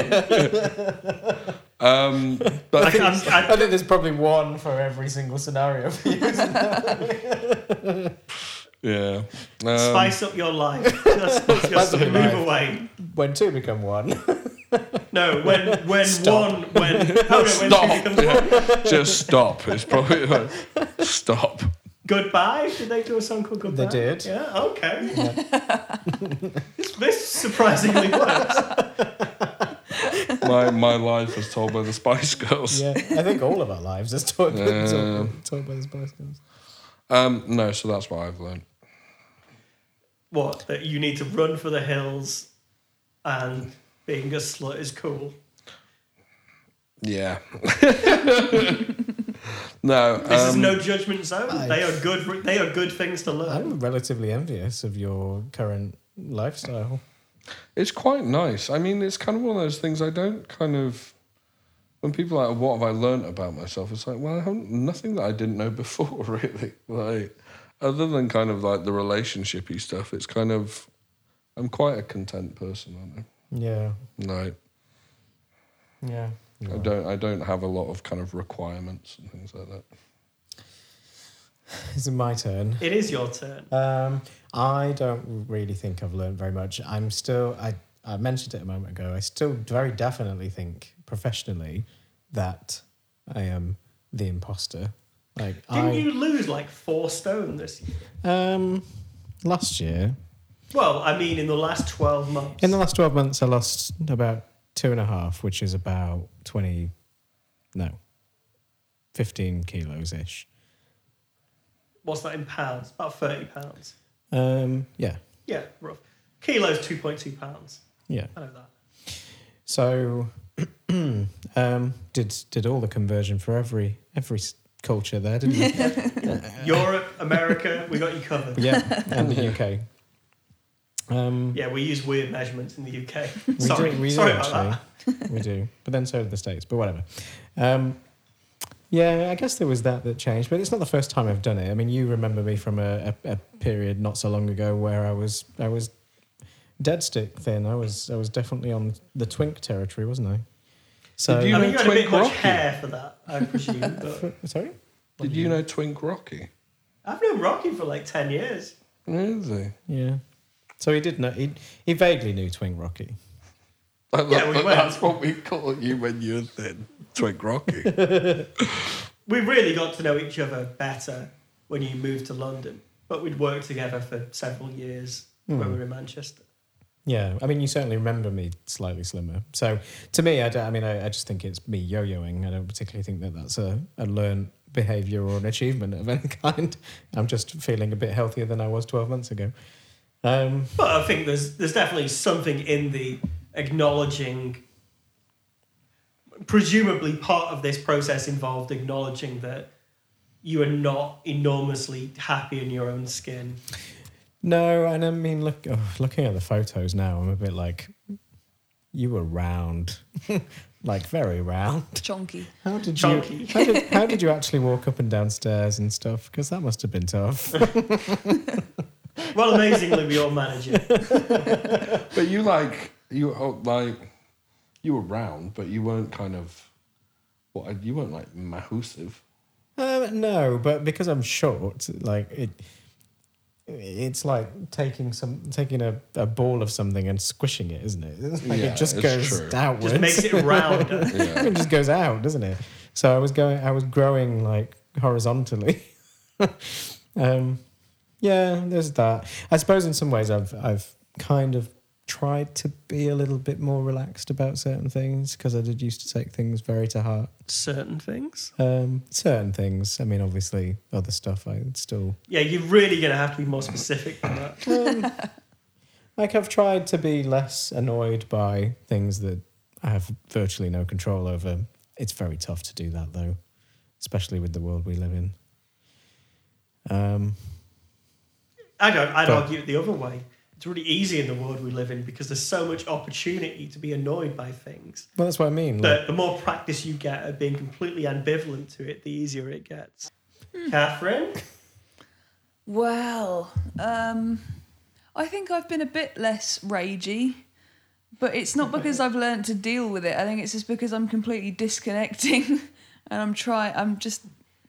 [SPEAKER 3] um but
[SPEAKER 2] I, can- I'm- I-
[SPEAKER 5] I think Um, there's probably one for every single scenario for you.
[SPEAKER 3] yeah um,
[SPEAKER 2] spice up your life. Just, just
[SPEAKER 5] up your
[SPEAKER 2] move
[SPEAKER 5] life.
[SPEAKER 2] away.
[SPEAKER 5] When two become one.
[SPEAKER 2] No, when when
[SPEAKER 5] Stop.
[SPEAKER 2] one when oh no, when
[SPEAKER 3] stop.
[SPEAKER 2] two becomes one.
[SPEAKER 3] just stop it's probably like, stop
[SPEAKER 2] Goodbye. Did they do a song called Goodbye?
[SPEAKER 5] They did.
[SPEAKER 2] Yeah. Okay. this, this surprisingly works.
[SPEAKER 3] my my life was told by the Spice Girls.
[SPEAKER 5] Yeah, I think all of our lives is taught,
[SPEAKER 3] Yeah.
[SPEAKER 5] taught, taught by the Spice Girls.
[SPEAKER 3] Um, no, so that's what I've learned.
[SPEAKER 2] What that you need to run for the hills, and being a slut is cool.
[SPEAKER 3] Yeah. No,
[SPEAKER 2] This is
[SPEAKER 3] um,
[SPEAKER 2] no judgment zone.
[SPEAKER 5] I-
[SPEAKER 2] They are good. They are good things to learn.
[SPEAKER 5] I'm relatively envious of your current lifestyle.
[SPEAKER 3] It's quite nice. I mean, it's kind of one of those things I don't kind of. When people are like, what have I learnt about myself? It's like, well, I haven't, nothing that I didn't know before, really. Like, other than kind of like the relationshipy stuff, it's kind of, I'm quite a content person, aren't
[SPEAKER 5] Yeah.
[SPEAKER 3] I? Like,
[SPEAKER 5] Yeah.
[SPEAKER 3] I don't, I don't have a lot of kind of requirements and things like that.
[SPEAKER 5] It's my turn.
[SPEAKER 2] It is your turn.
[SPEAKER 5] Um, I don't really think I've learned very much. I'm still, I, I mentioned it a moment ago, I still very definitely think professionally that I am the imposter. Like,
[SPEAKER 2] Didn't
[SPEAKER 5] I,
[SPEAKER 2] you lose like four stone this year?
[SPEAKER 5] Um, last year,
[SPEAKER 2] Well, I mean, in the last twelve months.
[SPEAKER 5] in the last 12 months, I lost about two and a half, which is about 20, no, 15 kilos ish.
[SPEAKER 2] what's that in pounds? About thirty pounds.
[SPEAKER 5] Um, yeah,
[SPEAKER 2] Yeah, rough. Kilos two point two pounds.
[SPEAKER 5] yeah.
[SPEAKER 2] I know that.
[SPEAKER 5] So, um, did did all the conversion for every every s- culture there, didn't you?
[SPEAKER 2] Europe, America, we got you covered.
[SPEAKER 5] yeah, and the UK. Um,
[SPEAKER 2] Yeah, we use weird measurements in the UK.
[SPEAKER 5] we
[SPEAKER 2] Sorry,
[SPEAKER 5] do, we
[SPEAKER 2] sorry
[SPEAKER 5] do
[SPEAKER 2] about that.
[SPEAKER 5] actually. we do, but then so do the states. But whatever. Um, yeah, I guess there was that that changed, but it's not the first time I've done it. I mean, you remember me from a, a, a period not so long ago where I was I was dead stick thin. I was I was definitely on the twink territory, wasn't I? So
[SPEAKER 3] You
[SPEAKER 2] I
[SPEAKER 3] know
[SPEAKER 2] mean, you had a
[SPEAKER 3] Twink
[SPEAKER 2] bit much
[SPEAKER 3] Rocky?
[SPEAKER 2] hair for that, I presume. But
[SPEAKER 5] sorry.
[SPEAKER 3] Did you know Twink Rocky?
[SPEAKER 2] I've known Rocky for like ten years.
[SPEAKER 3] Really?
[SPEAKER 5] Yeah. So he did know he, he vaguely knew Twink Rocky.
[SPEAKER 3] That,
[SPEAKER 2] Yeah, we went.
[SPEAKER 3] that's what we call you when you're thin. Twink Rocky.
[SPEAKER 2] We really got to know each other better when you moved to London, but we'd worked together for several years when we were in Manchester.
[SPEAKER 5] Yeah, I mean, you certainly remember me slightly slimmer. So to me, I, don't- I mean, I, I just think it's me yo-yoing. I don't particularly think that that's a, a learned behavior or an achievement of any kind. I'm just feeling a bit healthier than I was 12 months ago. Um,
[SPEAKER 2] But I think there's there's definitely something in the acknowledging. Presumably, part of this process involved acknowledging that you are not enormously happy in your own skin.
[SPEAKER 5] no, and I mean, look, oh, looking at the photos now, I'm a bit like, you were round, like very round.
[SPEAKER 4] Chonky.
[SPEAKER 5] How did
[SPEAKER 2] Chunky.
[SPEAKER 5] you? How did, how did you actually walk up and downstairs and stuff? Because that must have been tough.
[SPEAKER 2] Well, amazingly, we all manage it.
[SPEAKER 3] But you like you oh, like you were round, but you weren't kind of what you weren't like massive.
[SPEAKER 5] Um, no, but because I'm short, like it, it's like taking some taking a, a ball of something and squishing it, isn't it? Like
[SPEAKER 3] Yeah,
[SPEAKER 5] it just
[SPEAKER 3] it's
[SPEAKER 5] goes
[SPEAKER 3] true.
[SPEAKER 5] outwards.
[SPEAKER 2] Just makes it rounder.
[SPEAKER 3] Yeah.
[SPEAKER 5] it just goes out, doesn't it? So I was going, I was growing like horizontally. um, yeah, there's that. I suppose in some ways I've I've kind of tried to be a little bit more relaxed about certain things because I did used to take things very to heart.
[SPEAKER 2] Certain things.
[SPEAKER 5] Um, certain things. I mean, obviously, other stuff I still
[SPEAKER 2] Yeah, you're really going to have to be more specific than that.
[SPEAKER 5] um, like. I've tried to be less annoyed by things that I have virtually no control over. It's very tough to do that, though, especially with the world we live in. Um,
[SPEAKER 2] I don't. I'd
[SPEAKER 5] But-
[SPEAKER 2] argue it the other way. It's really easy in the world we live in because there's so much opportunity to be annoyed by things.
[SPEAKER 5] well, that's what I mean. like-
[SPEAKER 2] The, the more practice you get at being completely ambivalent to it, the easier it gets. Catherine,
[SPEAKER 4] Well, um, I think I've been a bit less ragey, but it's not because I've learned to deal with it. I think it's just because I'm completely disconnecting, and I'm try. I'm just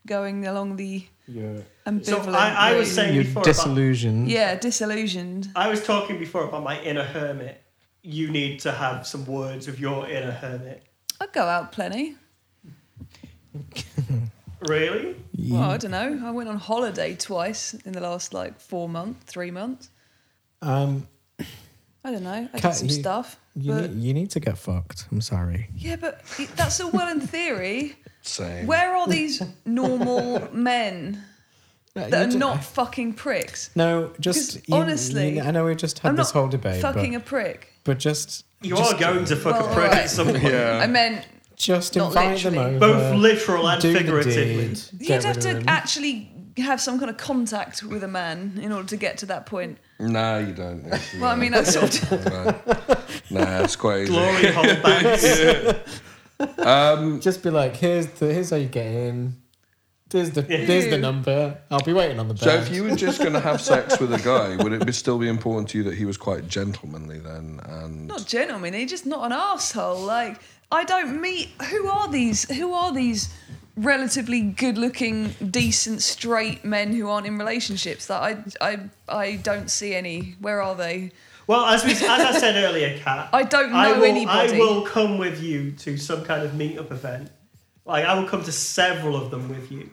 [SPEAKER 4] going along the ambivalent.
[SPEAKER 2] So I- I was
[SPEAKER 4] route.
[SPEAKER 2] saying-
[SPEAKER 5] you're
[SPEAKER 2] before about-
[SPEAKER 5] disillusioned.
[SPEAKER 4] yeah, disillusioned.
[SPEAKER 2] I was talking before about my inner hermit. You need to have some words with your inner hermit.
[SPEAKER 4] I go out plenty.
[SPEAKER 2] Really?
[SPEAKER 5] You-
[SPEAKER 4] Well, I don't know. I went on holiday twice in the last like four months, three months.
[SPEAKER 5] um,
[SPEAKER 4] I don't know. I did
[SPEAKER 5] Kat,
[SPEAKER 4] some
[SPEAKER 5] you-
[SPEAKER 4] stuff,
[SPEAKER 5] you,
[SPEAKER 4] but
[SPEAKER 5] need, you need to get fucked. I'm sorry.
[SPEAKER 4] yeah, but it, that's all well in theory.
[SPEAKER 3] Same.
[SPEAKER 4] Where are these normal men
[SPEAKER 5] No,
[SPEAKER 4] that
[SPEAKER 5] you
[SPEAKER 4] are
[SPEAKER 5] do-
[SPEAKER 4] not fucking pricks?
[SPEAKER 5] No, just
[SPEAKER 4] Because honestly,
[SPEAKER 5] I know we've just had
[SPEAKER 4] I'm
[SPEAKER 5] this
[SPEAKER 4] not
[SPEAKER 5] whole debate, but,
[SPEAKER 4] Fucking a prick.
[SPEAKER 5] but just
[SPEAKER 2] You
[SPEAKER 5] just-
[SPEAKER 2] are going to fuck
[SPEAKER 4] Well,
[SPEAKER 2] a prick
[SPEAKER 4] alright.
[SPEAKER 2] at some point.
[SPEAKER 3] yeah.
[SPEAKER 4] I meant
[SPEAKER 5] Just
[SPEAKER 4] Not
[SPEAKER 5] invite them
[SPEAKER 4] literally.
[SPEAKER 5] over.
[SPEAKER 2] Both literal and
[SPEAKER 5] do the
[SPEAKER 2] figuratively.
[SPEAKER 5] deed,
[SPEAKER 4] You'd
[SPEAKER 5] get
[SPEAKER 4] have
[SPEAKER 5] rid
[SPEAKER 4] to
[SPEAKER 5] of him.
[SPEAKER 4] actually have some kind of contact with a man in order to get to that point.
[SPEAKER 3] No, you don't. actually,
[SPEAKER 4] Well, I
[SPEAKER 3] no.
[SPEAKER 4] mean, that's sort of.
[SPEAKER 3] nah, it's quite easy.
[SPEAKER 2] Glory hole bands.
[SPEAKER 5] Just be like, here's the here's how you get in. There's the
[SPEAKER 2] Yeah.
[SPEAKER 5] there's the
[SPEAKER 4] Ew.
[SPEAKER 5] number. I'll be waiting on the
[SPEAKER 3] So
[SPEAKER 5] bell.
[SPEAKER 3] if you were just going to have sex with a guy, would it be still be important to you that he was quite gentlemanly then? And
[SPEAKER 4] Not gentleman, he's just not an asshole. Like I don't meet who are these who are these relatively good looking, decent, straight men who aren't in relationships that I I I don't see any. Where are they?
[SPEAKER 2] Well, as we as I said earlier, Kat,
[SPEAKER 4] I don't know
[SPEAKER 2] will, I
[SPEAKER 4] anybody.
[SPEAKER 2] will come with you to some kind of meetup event. Like I will come to several of them with you,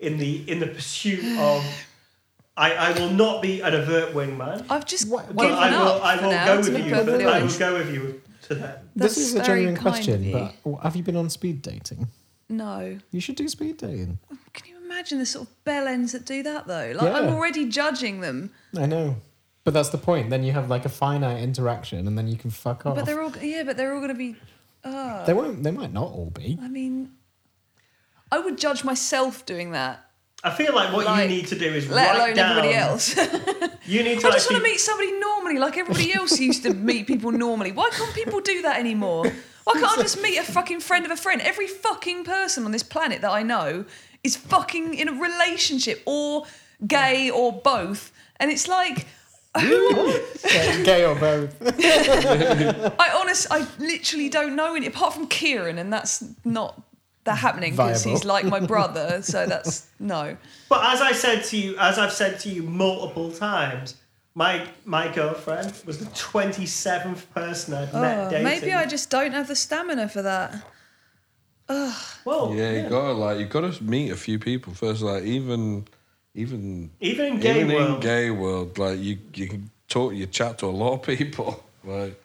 [SPEAKER 2] in the in the pursuit of. I, I will not be an overt wingman,
[SPEAKER 4] I've just
[SPEAKER 5] What-
[SPEAKER 4] given
[SPEAKER 2] but I will
[SPEAKER 4] up
[SPEAKER 2] I
[SPEAKER 4] for
[SPEAKER 2] will
[SPEAKER 4] now,
[SPEAKER 2] go
[SPEAKER 4] to
[SPEAKER 2] with
[SPEAKER 4] be
[SPEAKER 2] you.
[SPEAKER 4] perfectly
[SPEAKER 2] I will
[SPEAKER 4] honest.
[SPEAKER 2] go with you to them.
[SPEAKER 5] this
[SPEAKER 4] That's
[SPEAKER 5] is a
[SPEAKER 4] very
[SPEAKER 5] genuine
[SPEAKER 4] kind of
[SPEAKER 5] question,
[SPEAKER 4] you.
[SPEAKER 5] but w- have you been on speed dating?
[SPEAKER 4] No.
[SPEAKER 5] You should do speed dating.
[SPEAKER 4] Can you imagine the sort of bell ends that do that though? Like I'm
[SPEAKER 5] Yeah.
[SPEAKER 4] already judging them.
[SPEAKER 5] I know, but that's the point. Then you have like a finite interaction, and then you can fuck off.
[SPEAKER 4] But they're all yeah, but they're all gonna be uh,
[SPEAKER 5] they won't. They might not all be.
[SPEAKER 4] I mean I would judge myself doing that.
[SPEAKER 2] I feel like what
[SPEAKER 4] Like,
[SPEAKER 2] you need to do is
[SPEAKER 4] let
[SPEAKER 2] write
[SPEAKER 4] alone
[SPEAKER 2] down.
[SPEAKER 4] everybody else. I
[SPEAKER 2] You need to
[SPEAKER 4] just
[SPEAKER 2] actually
[SPEAKER 4] want to meet somebody normally, like everybody else used to meet people normally. Why can't people do that anymore? Why can't I just meet a fucking friend of a friend? Every fucking person on this planet that I know is fucking in a relationship or gay or both. And it's like,
[SPEAKER 5] Yeah, Gay or both.
[SPEAKER 4] I honest, I literally don't know any, apart from Kieran, and that's not that happening because
[SPEAKER 5] Viable.
[SPEAKER 4] he's like my brother. So that's no.
[SPEAKER 2] But as I said to you, as I've said to you multiple times, my my girlfriend was the twenty seventh person I'd met
[SPEAKER 4] Oh,
[SPEAKER 2] dating.
[SPEAKER 4] maybe I just don't have the stamina for that.
[SPEAKER 2] well,
[SPEAKER 3] yeah, you gotta like you gotta meet a few people first. Like even even
[SPEAKER 2] even in gay
[SPEAKER 3] even in
[SPEAKER 2] world,
[SPEAKER 3] gay world, like you you can talk you chat to a lot of people. Like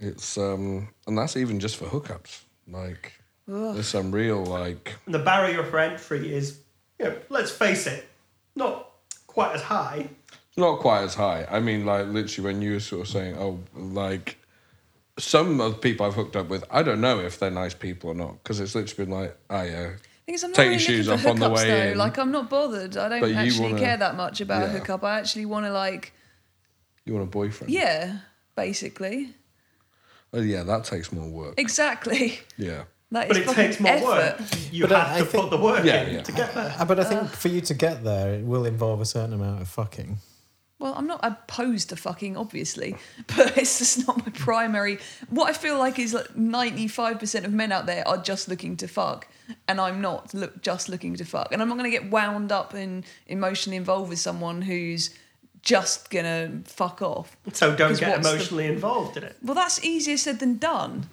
[SPEAKER 3] it's um and that's even just for hookups. Like there's some real like
[SPEAKER 2] the barrier for entry is, you know, let's face it, not quite as high.
[SPEAKER 3] not quite as high. I mean, like literally when you were sort of saying, oh, like some of the people I've hooked up with, I don't know if they're nice people or not because it's literally been like, oh yeah,
[SPEAKER 4] Thing is, I'm not
[SPEAKER 3] Take
[SPEAKER 4] really
[SPEAKER 3] your shoes
[SPEAKER 4] looking
[SPEAKER 3] off
[SPEAKER 4] for
[SPEAKER 3] on the
[SPEAKER 4] hookups,
[SPEAKER 3] way
[SPEAKER 4] though.
[SPEAKER 3] in.
[SPEAKER 4] Like I'm not bothered. I don't
[SPEAKER 3] But you
[SPEAKER 4] actually
[SPEAKER 3] wanna-
[SPEAKER 4] care that much about a
[SPEAKER 3] Yeah.
[SPEAKER 4] hookup. I actually want to like,
[SPEAKER 3] you want a boyfriend?
[SPEAKER 4] yeah, basically,
[SPEAKER 3] Oh yeah, that takes more work.
[SPEAKER 4] exactly.
[SPEAKER 3] Yeah.
[SPEAKER 4] That
[SPEAKER 2] But
[SPEAKER 4] is
[SPEAKER 2] it
[SPEAKER 4] fucking
[SPEAKER 2] takes more
[SPEAKER 4] effort.
[SPEAKER 2] work. You
[SPEAKER 5] But I-
[SPEAKER 2] have
[SPEAKER 5] I
[SPEAKER 2] to
[SPEAKER 5] think-
[SPEAKER 2] put the work
[SPEAKER 3] Yeah,
[SPEAKER 2] in
[SPEAKER 3] yeah.
[SPEAKER 2] to get there.
[SPEAKER 5] Uh, But I think for you to get there, it will involve a certain amount of fucking.
[SPEAKER 4] Well, I'm not opposed to fucking, obviously, but it's just not my primary. What I feel like is like 95% of men out there are just looking to fuck, and I'm not look, just looking to fuck. And I'm not going to get wound up and emotionally involved with someone who's just going to fuck off.
[SPEAKER 2] So don't
[SPEAKER 4] 'Cause
[SPEAKER 2] get
[SPEAKER 4] what's the-
[SPEAKER 2] emotionally involved in it.
[SPEAKER 4] Well, that's easier said than done.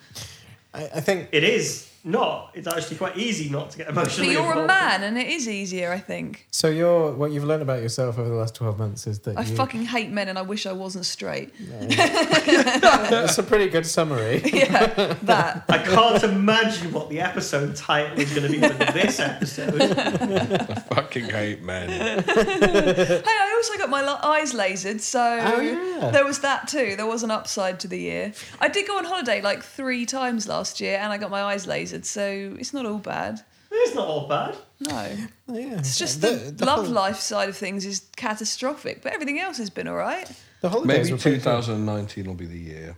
[SPEAKER 5] I, I think
[SPEAKER 2] It is not. It's actually quite easy not to get
[SPEAKER 4] But
[SPEAKER 2] emotionally
[SPEAKER 4] you're a
[SPEAKER 2] involved.
[SPEAKER 4] man, and it is easier, I think.
[SPEAKER 5] so. You're what you've learned about yourself over the last twelve months is that
[SPEAKER 4] I
[SPEAKER 5] you,
[SPEAKER 4] fucking hate men, and I wish I wasn't straight.
[SPEAKER 5] That's a pretty good summary.
[SPEAKER 4] Yeah, that.
[SPEAKER 2] I can't imagine what the episode title is going to be for this episode.
[SPEAKER 3] Fucking hate men.
[SPEAKER 4] Hey, I also got my la- eyes lasered, so
[SPEAKER 5] Oh, yeah.
[SPEAKER 4] there was that too. There was an upside to the year. I did go on holiday like three times last year, and I got my eyes lasered, so it's not all bad.
[SPEAKER 2] It's not all bad.
[SPEAKER 4] No,
[SPEAKER 5] yeah,
[SPEAKER 4] it's just the, love life side of things is catastrophic, but everything else has been all right.
[SPEAKER 5] The holidays
[SPEAKER 3] Maybe
[SPEAKER 5] were pretty
[SPEAKER 3] 2019 will be the year.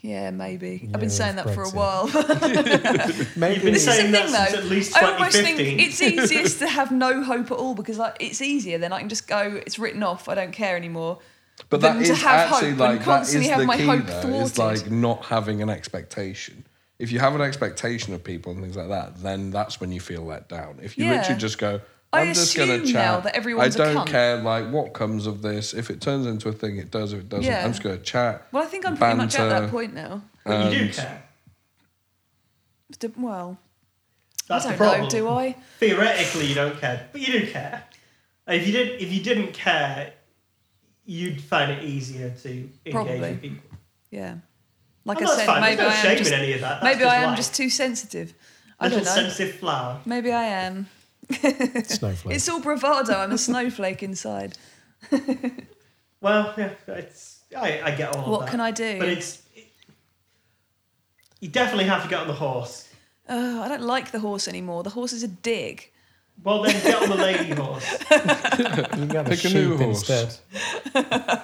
[SPEAKER 4] Yeah, maybe.
[SPEAKER 5] Yeah,
[SPEAKER 4] I've been saying
[SPEAKER 5] with
[SPEAKER 4] that for a
[SPEAKER 5] Brexit.
[SPEAKER 4] while.
[SPEAKER 5] good. Maybe
[SPEAKER 2] You've been
[SPEAKER 4] this is the
[SPEAKER 2] saying
[SPEAKER 4] thing,
[SPEAKER 2] that
[SPEAKER 4] though.
[SPEAKER 2] since at least
[SPEAKER 4] I almost
[SPEAKER 2] 2015.
[SPEAKER 4] think it's easiest to have no hope at all because like, it's easier. Then I can just go. It's written off. I don't care anymore.
[SPEAKER 3] But
[SPEAKER 4] than
[SPEAKER 3] that
[SPEAKER 4] to
[SPEAKER 3] is
[SPEAKER 4] have
[SPEAKER 3] actually
[SPEAKER 4] hope
[SPEAKER 3] like
[SPEAKER 4] and
[SPEAKER 3] that is
[SPEAKER 4] constantly have
[SPEAKER 3] the
[SPEAKER 4] my
[SPEAKER 3] key
[SPEAKER 4] hope
[SPEAKER 3] though.
[SPEAKER 4] thwarted.
[SPEAKER 3] Is like not having an expectation. If you have an expectation of people and things like that, then that's when you feel let down. If you
[SPEAKER 4] Yeah.
[SPEAKER 3] literally just go,
[SPEAKER 4] I
[SPEAKER 3] I'm just going to
[SPEAKER 4] assume
[SPEAKER 3] chat.
[SPEAKER 4] now that everyone's a
[SPEAKER 3] I don't
[SPEAKER 4] cunt."
[SPEAKER 3] care like what comes of this. If it turns into a thing, it does. If it doesn't,
[SPEAKER 4] Yeah.
[SPEAKER 3] I'm just going to chat.
[SPEAKER 4] Well, I think I'm pretty much at
[SPEAKER 3] banter,
[SPEAKER 4] that point now.
[SPEAKER 2] But you do
[SPEAKER 5] Um,
[SPEAKER 3] and-
[SPEAKER 2] care.
[SPEAKER 4] D- Well,
[SPEAKER 2] That's
[SPEAKER 4] I
[SPEAKER 2] the
[SPEAKER 4] don't
[SPEAKER 2] problem.
[SPEAKER 4] know. Do I?
[SPEAKER 2] Theoretically, you don't care, but you do care. And If you did, if you didn't care, you'd find it easier to engage
[SPEAKER 4] Probably.
[SPEAKER 2] with people.
[SPEAKER 4] Yeah. Like
[SPEAKER 2] And
[SPEAKER 4] I
[SPEAKER 2] that's
[SPEAKER 4] said,
[SPEAKER 2] fine.
[SPEAKER 4] maybe
[SPEAKER 2] There's no
[SPEAKER 4] I am
[SPEAKER 2] shame
[SPEAKER 4] just,
[SPEAKER 2] in any of that. That's
[SPEAKER 4] maybe I am
[SPEAKER 2] life.
[SPEAKER 4] just too sensitive. I
[SPEAKER 2] little
[SPEAKER 4] don't know.
[SPEAKER 2] sensitive flower.
[SPEAKER 4] Maybe I am.
[SPEAKER 5] snowflake.
[SPEAKER 4] It's all bravado. I'm a snowflake inside.
[SPEAKER 2] Well, yeah, it's I, I get all of that.
[SPEAKER 4] What can I do?
[SPEAKER 2] But it's you definitely have to get on the horse.
[SPEAKER 4] oh, I don't like the horse anymore. The horse is a dig.
[SPEAKER 2] Well, then get on the lady horse.
[SPEAKER 5] You got a
[SPEAKER 3] Pick a
[SPEAKER 5] sheep
[SPEAKER 3] new horse.
[SPEAKER 5] instead.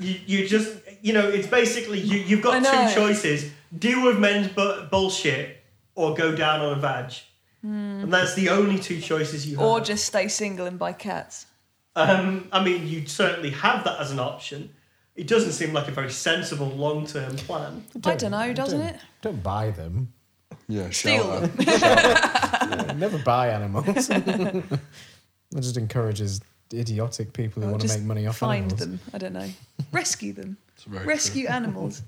[SPEAKER 2] You, you just, you know, it's basically you, you've
[SPEAKER 4] I
[SPEAKER 2] got
[SPEAKER 4] know.
[SPEAKER 2] two choices deal with men's bu- bullshit or go down on a vag. And that's the only two choices you have.
[SPEAKER 4] Hmm. Or just stay single and buy cats.
[SPEAKER 2] Um, I mean, you certainly have that as an option. It doesn't seem like a very sensible long term plan.
[SPEAKER 4] I don't know, doesn't
[SPEAKER 5] don't-
[SPEAKER 4] it?
[SPEAKER 5] Don't buy them.
[SPEAKER 3] Yeah,
[SPEAKER 4] Steal
[SPEAKER 3] shout
[SPEAKER 4] them.
[SPEAKER 3] that.
[SPEAKER 5] Never buy animals. that just encourages idiotic people who
[SPEAKER 4] Or
[SPEAKER 5] want to
[SPEAKER 4] just
[SPEAKER 5] make money off
[SPEAKER 4] find
[SPEAKER 5] animals.
[SPEAKER 4] them. I don't know. Rescue them.
[SPEAKER 3] It's very true.
[SPEAKER 4] Rescue animals.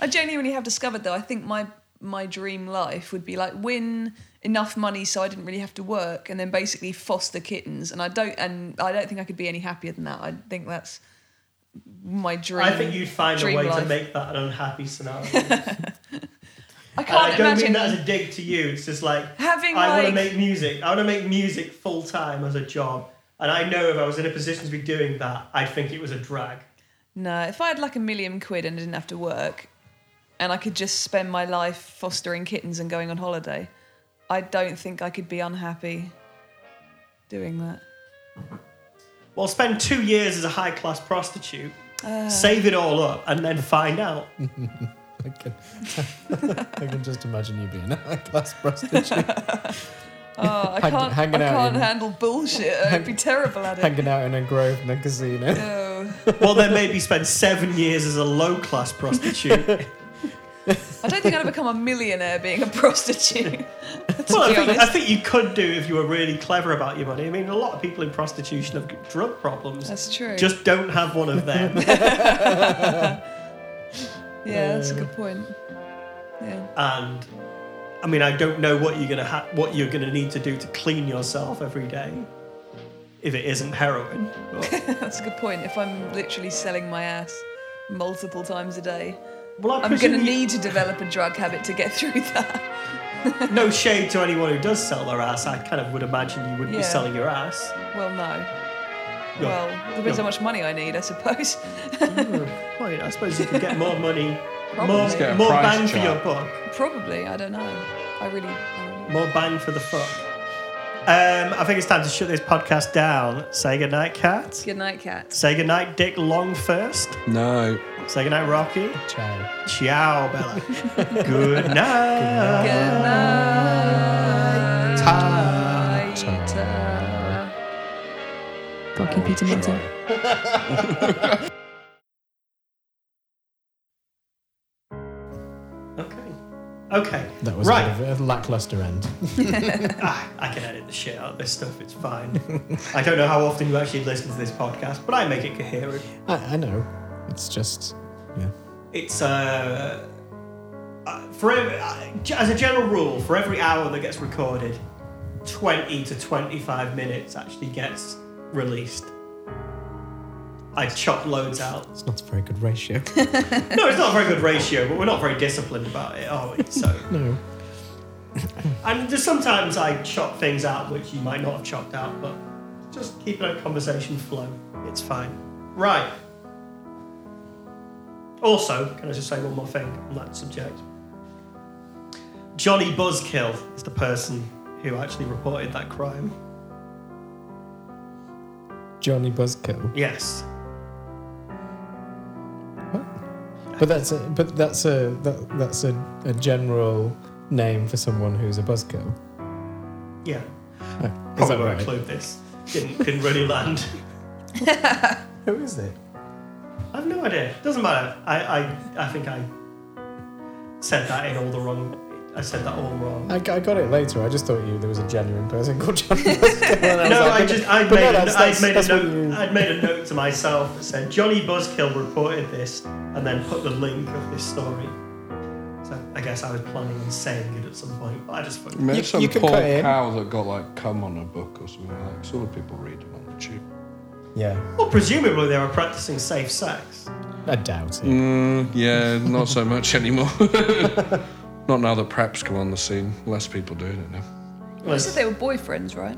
[SPEAKER 4] I genuinely have discovered though. I think my my dream life would be like win enough money so I didn't really have to work, and then basically foster kittens. And I don't and I don't think I could be any happier than that. I think that's my dream.
[SPEAKER 2] I think you'd find a
[SPEAKER 4] dream
[SPEAKER 2] way to
[SPEAKER 4] life.
[SPEAKER 2] make that an unhappy scenario.
[SPEAKER 4] I
[SPEAKER 2] And I
[SPEAKER 4] can't
[SPEAKER 2] don't mean
[SPEAKER 4] imagine
[SPEAKER 2] that as a dig to you. It's just like
[SPEAKER 4] having
[SPEAKER 2] I want
[SPEAKER 4] like
[SPEAKER 2] to make music. I want to make music full time as a job. And I know if I was in a position to be doing that, I'd think it was a drag.
[SPEAKER 4] no. If I had like a million quid and didn't have to work, and I could just spend my life fostering kittens and going on holiday, I don't think I could be unhappy doing that.
[SPEAKER 2] Well, spend two years as a high class prostitute,
[SPEAKER 4] Uh.
[SPEAKER 2] save it all up, and then find out.
[SPEAKER 5] I can, I can just imagine you being a high-class prostitute,
[SPEAKER 4] Oh, I
[SPEAKER 5] Hang-
[SPEAKER 4] can't, I
[SPEAKER 5] hanging out
[SPEAKER 4] can't
[SPEAKER 5] in-
[SPEAKER 4] handle bullshit. I'd be terrible at it. Oh.
[SPEAKER 5] hanging out in a grove in a casino.
[SPEAKER 4] No.
[SPEAKER 2] well, then maybe spend seven years as a low class prostitute. well,
[SPEAKER 4] I don't think I'd become a millionaire being a prostitute. to
[SPEAKER 2] I
[SPEAKER 4] be
[SPEAKER 2] think, I
[SPEAKER 4] honest.
[SPEAKER 2] think you could do if you were really clever about your money. I mean, a lot of people in prostitution have g- drug problems.
[SPEAKER 4] That's true.
[SPEAKER 2] just don't have one of them.
[SPEAKER 4] yeah,
[SPEAKER 5] uh,
[SPEAKER 4] that's a good point. Yeah.
[SPEAKER 2] and I mean, I don't know what you're gonna ha- what you're gonna need to do to clean yourself every day, if it isn't heroin. But-
[SPEAKER 4] That's a good point. If I'm literally selling my ass multiple times a day,
[SPEAKER 2] well,
[SPEAKER 4] I'm
[SPEAKER 2] I
[SPEAKER 4] going to
[SPEAKER 2] presume you-
[SPEAKER 4] need to develop a drug habit to get through that.
[SPEAKER 2] no shade to anyone who does sell their ass. I kind of would imagine you wouldn't be
[SPEAKER 4] Yeah.
[SPEAKER 2] selling your ass.
[SPEAKER 4] Well, no.
[SPEAKER 2] No.
[SPEAKER 4] Well, depends
[SPEAKER 2] No.
[SPEAKER 4] how much money I need, I suppose.
[SPEAKER 2] Hmm, Wait, I suppose you could get more money, more,
[SPEAKER 4] Probably.
[SPEAKER 3] get a
[SPEAKER 2] more
[SPEAKER 3] price
[SPEAKER 2] bang for your
[SPEAKER 3] chart.
[SPEAKER 2] buck,
[SPEAKER 4] Probably. I don't know. I really. I don't know.
[SPEAKER 2] more bang for the fuck. Um, I think it's time to shut this podcast down. Say goodnight, Kat.
[SPEAKER 4] Good night, cats.
[SPEAKER 2] Say goodnight, Dick Long first.
[SPEAKER 3] No.
[SPEAKER 2] Say goodnight, Rocky.
[SPEAKER 5] Ciao.
[SPEAKER 2] Ciao, Bella. Good night.
[SPEAKER 4] Good night.
[SPEAKER 5] Ta-
[SPEAKER 4] Ta- ta.
[SPEAKER 3] Fucking Peter Martin.
[SPEAKER 2] Okay. Okay.
[SPEAKER 5] That was
[SPEAKER 2] right.
[SPEAKER 5] a bit of a lackluster end.
[SPEAKER 2] Ah, I can edit the shit out of this stuff. It's fine. I don't know how often you actually listen to this podcast, but I make it coherent.
[SPEAKER 5] I, I know. It's just, yeah.
[SPEAKER 2] It's uh, uh, for ev- uh, ge- as a general rule, for every hour that gets recorded, twenty to twenty-five minutes actually gets released. I chop loads out.
[SPEAKER 5] It's not a very good ratio.
[SPEAKER 2] No, it's not a very good ratio, but we're not very disciplined about it, are we? So.
[SPEAKER 5] no.
[SPEAKER 2] And just sometimes I chop things out which you might not have chopped out, but just keep a conversation flow. It's fine. Right. Also, can I just say one more thing on that subject? Johnny Buzzkill is the person who actually reported that crime.
[SPEAKER 5] Johnny Buzzkill.
[SPEAKER 2] Yes.
[SPEAKER 5] But that's a, but that's a that, that's a, a general name for someone who's a buzzkill.
[SPEAKER 2] Yeah.
[SPEAKER 5] Is
[SPEAKER 2] Probably
[SPEAKER 5] that
[SPEAKER 2] won't
[SPEAKER 5] right?
[SPEAKER 2] include this. Didn't couldn't really land.
[SPEAKER 5] Who is it?
[SPEAKER 2] I've no idea. Doesn't matter. I, I I think I said that in all the wrong I said that all wrong.
[SPEAKER 5] I, g- I got it later. I just thought you there was a genuine person called Johnny Buzzkill. and was
[SPEAKER 2] No,
[SPEAKER 5] like,
[SPEAKER 2] I
[SPEAKER 5] but-
[SPEAKER 2] just I
[SPEAKER 5] but
[SPEAKER 2] made,
[SPEAKER 5] no,
[SPEAKER 2] a-
[SPEAKER 5] that's-
[SPEAKER 2] I'd
[SPEAKER 5] that's-
[SPEAKER 2] made a
[SPEAKER 5] that's what
[SPEAKER 2] note.
[SPEAKER 5] you-
[SPEAKER 2] I'd made a note to myself that said Johnny Buzzkill reported this, and then put the link of this story. So I guess I was planning on saying it at some point, but I just fucking
[SPEAKER 3] Maybe
[SPEAKER 5] You-
[SPEAKER 3] some
[SPEAKER 5] you can
[SPEAKER 3] poor
[SPEAKER 5] cut in.
[SPEAKER 3] cow that got like cum on a book or something like that. Some people read them on the tube.
[SPEAKER 5] Yeah,
[SPEAKER 2] well, presumably they were practicing safe sex.
[SPEAKER 5] I doubt it.
[SPEAKER 3] Mm, yeah, not so much anymore. not now that prep's come on the scene. Less people doing it now.
[SPEAKER 4] I said they were boyfriends, right?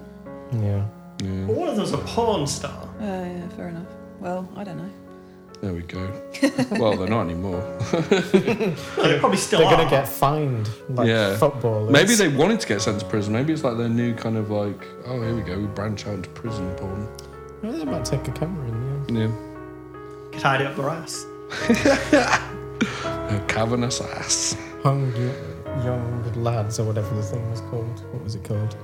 [SPEAKER 5] Yeah.
[SPEAKER 2] Well, one of them was a porn star.
[SPEAKER 4] Oh, yeah, fair enough. Well, I don't know.
[SPEAKER 3] There we go. well, they're not anymore.
[SPEAKER 2] They probably still
[SPEAKER 5] They're
[SPEAKER 2] are.
[SPEAKER 5] going to get fined like
[SPEAKER 3] yeah.
[SPEAKER 5] footballers.
[SPEAKER 3] Maybe they wanted to get sent to prison. Maybe it's like their new kind of like, oh, here we go, we branch out into prison porn.
[SPEAKER 5] Maybe they might take a camera in,
[SPEAKER 3] Yeah.
[SPEAKER 2] tied up their ass.
[SPEAKER 3] A cavernous ass.
[SPEAKER 5] yeah. Hung y- young lads or whatever the thing was called. What was it called?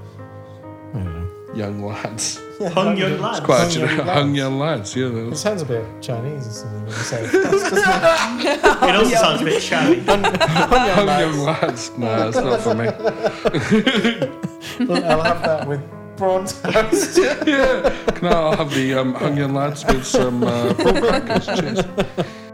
[SPEAKER 5] I don't know.
[SPEAKER 3] Young lads.
[SPEAKER 2] Hung young lads.
[SPEAKER 3] It's quite a
[SPEAKER 5] Hung young
[SPEAKER 3] generic-
[SPEAKER 5] lads.
[SPEAKER 3] Hung young lads. Yeah, that
[SPEAKER 5] It
[SPEAKER 3] was-
[SPEAKER 5] sounds a bit Chinese or something. When you say it. That's just
[SPEAKER 2] It also sounds a bit shabby.
[SPEAKER 3] Hung young lads. Nah, it's not for me.
[SPEAKER 5] not- I'll have that with prawn toast.
[SPEAKER 3] yeah. Can I I'll have the um, hung young lads with some uh, prawn crackers? Cheers.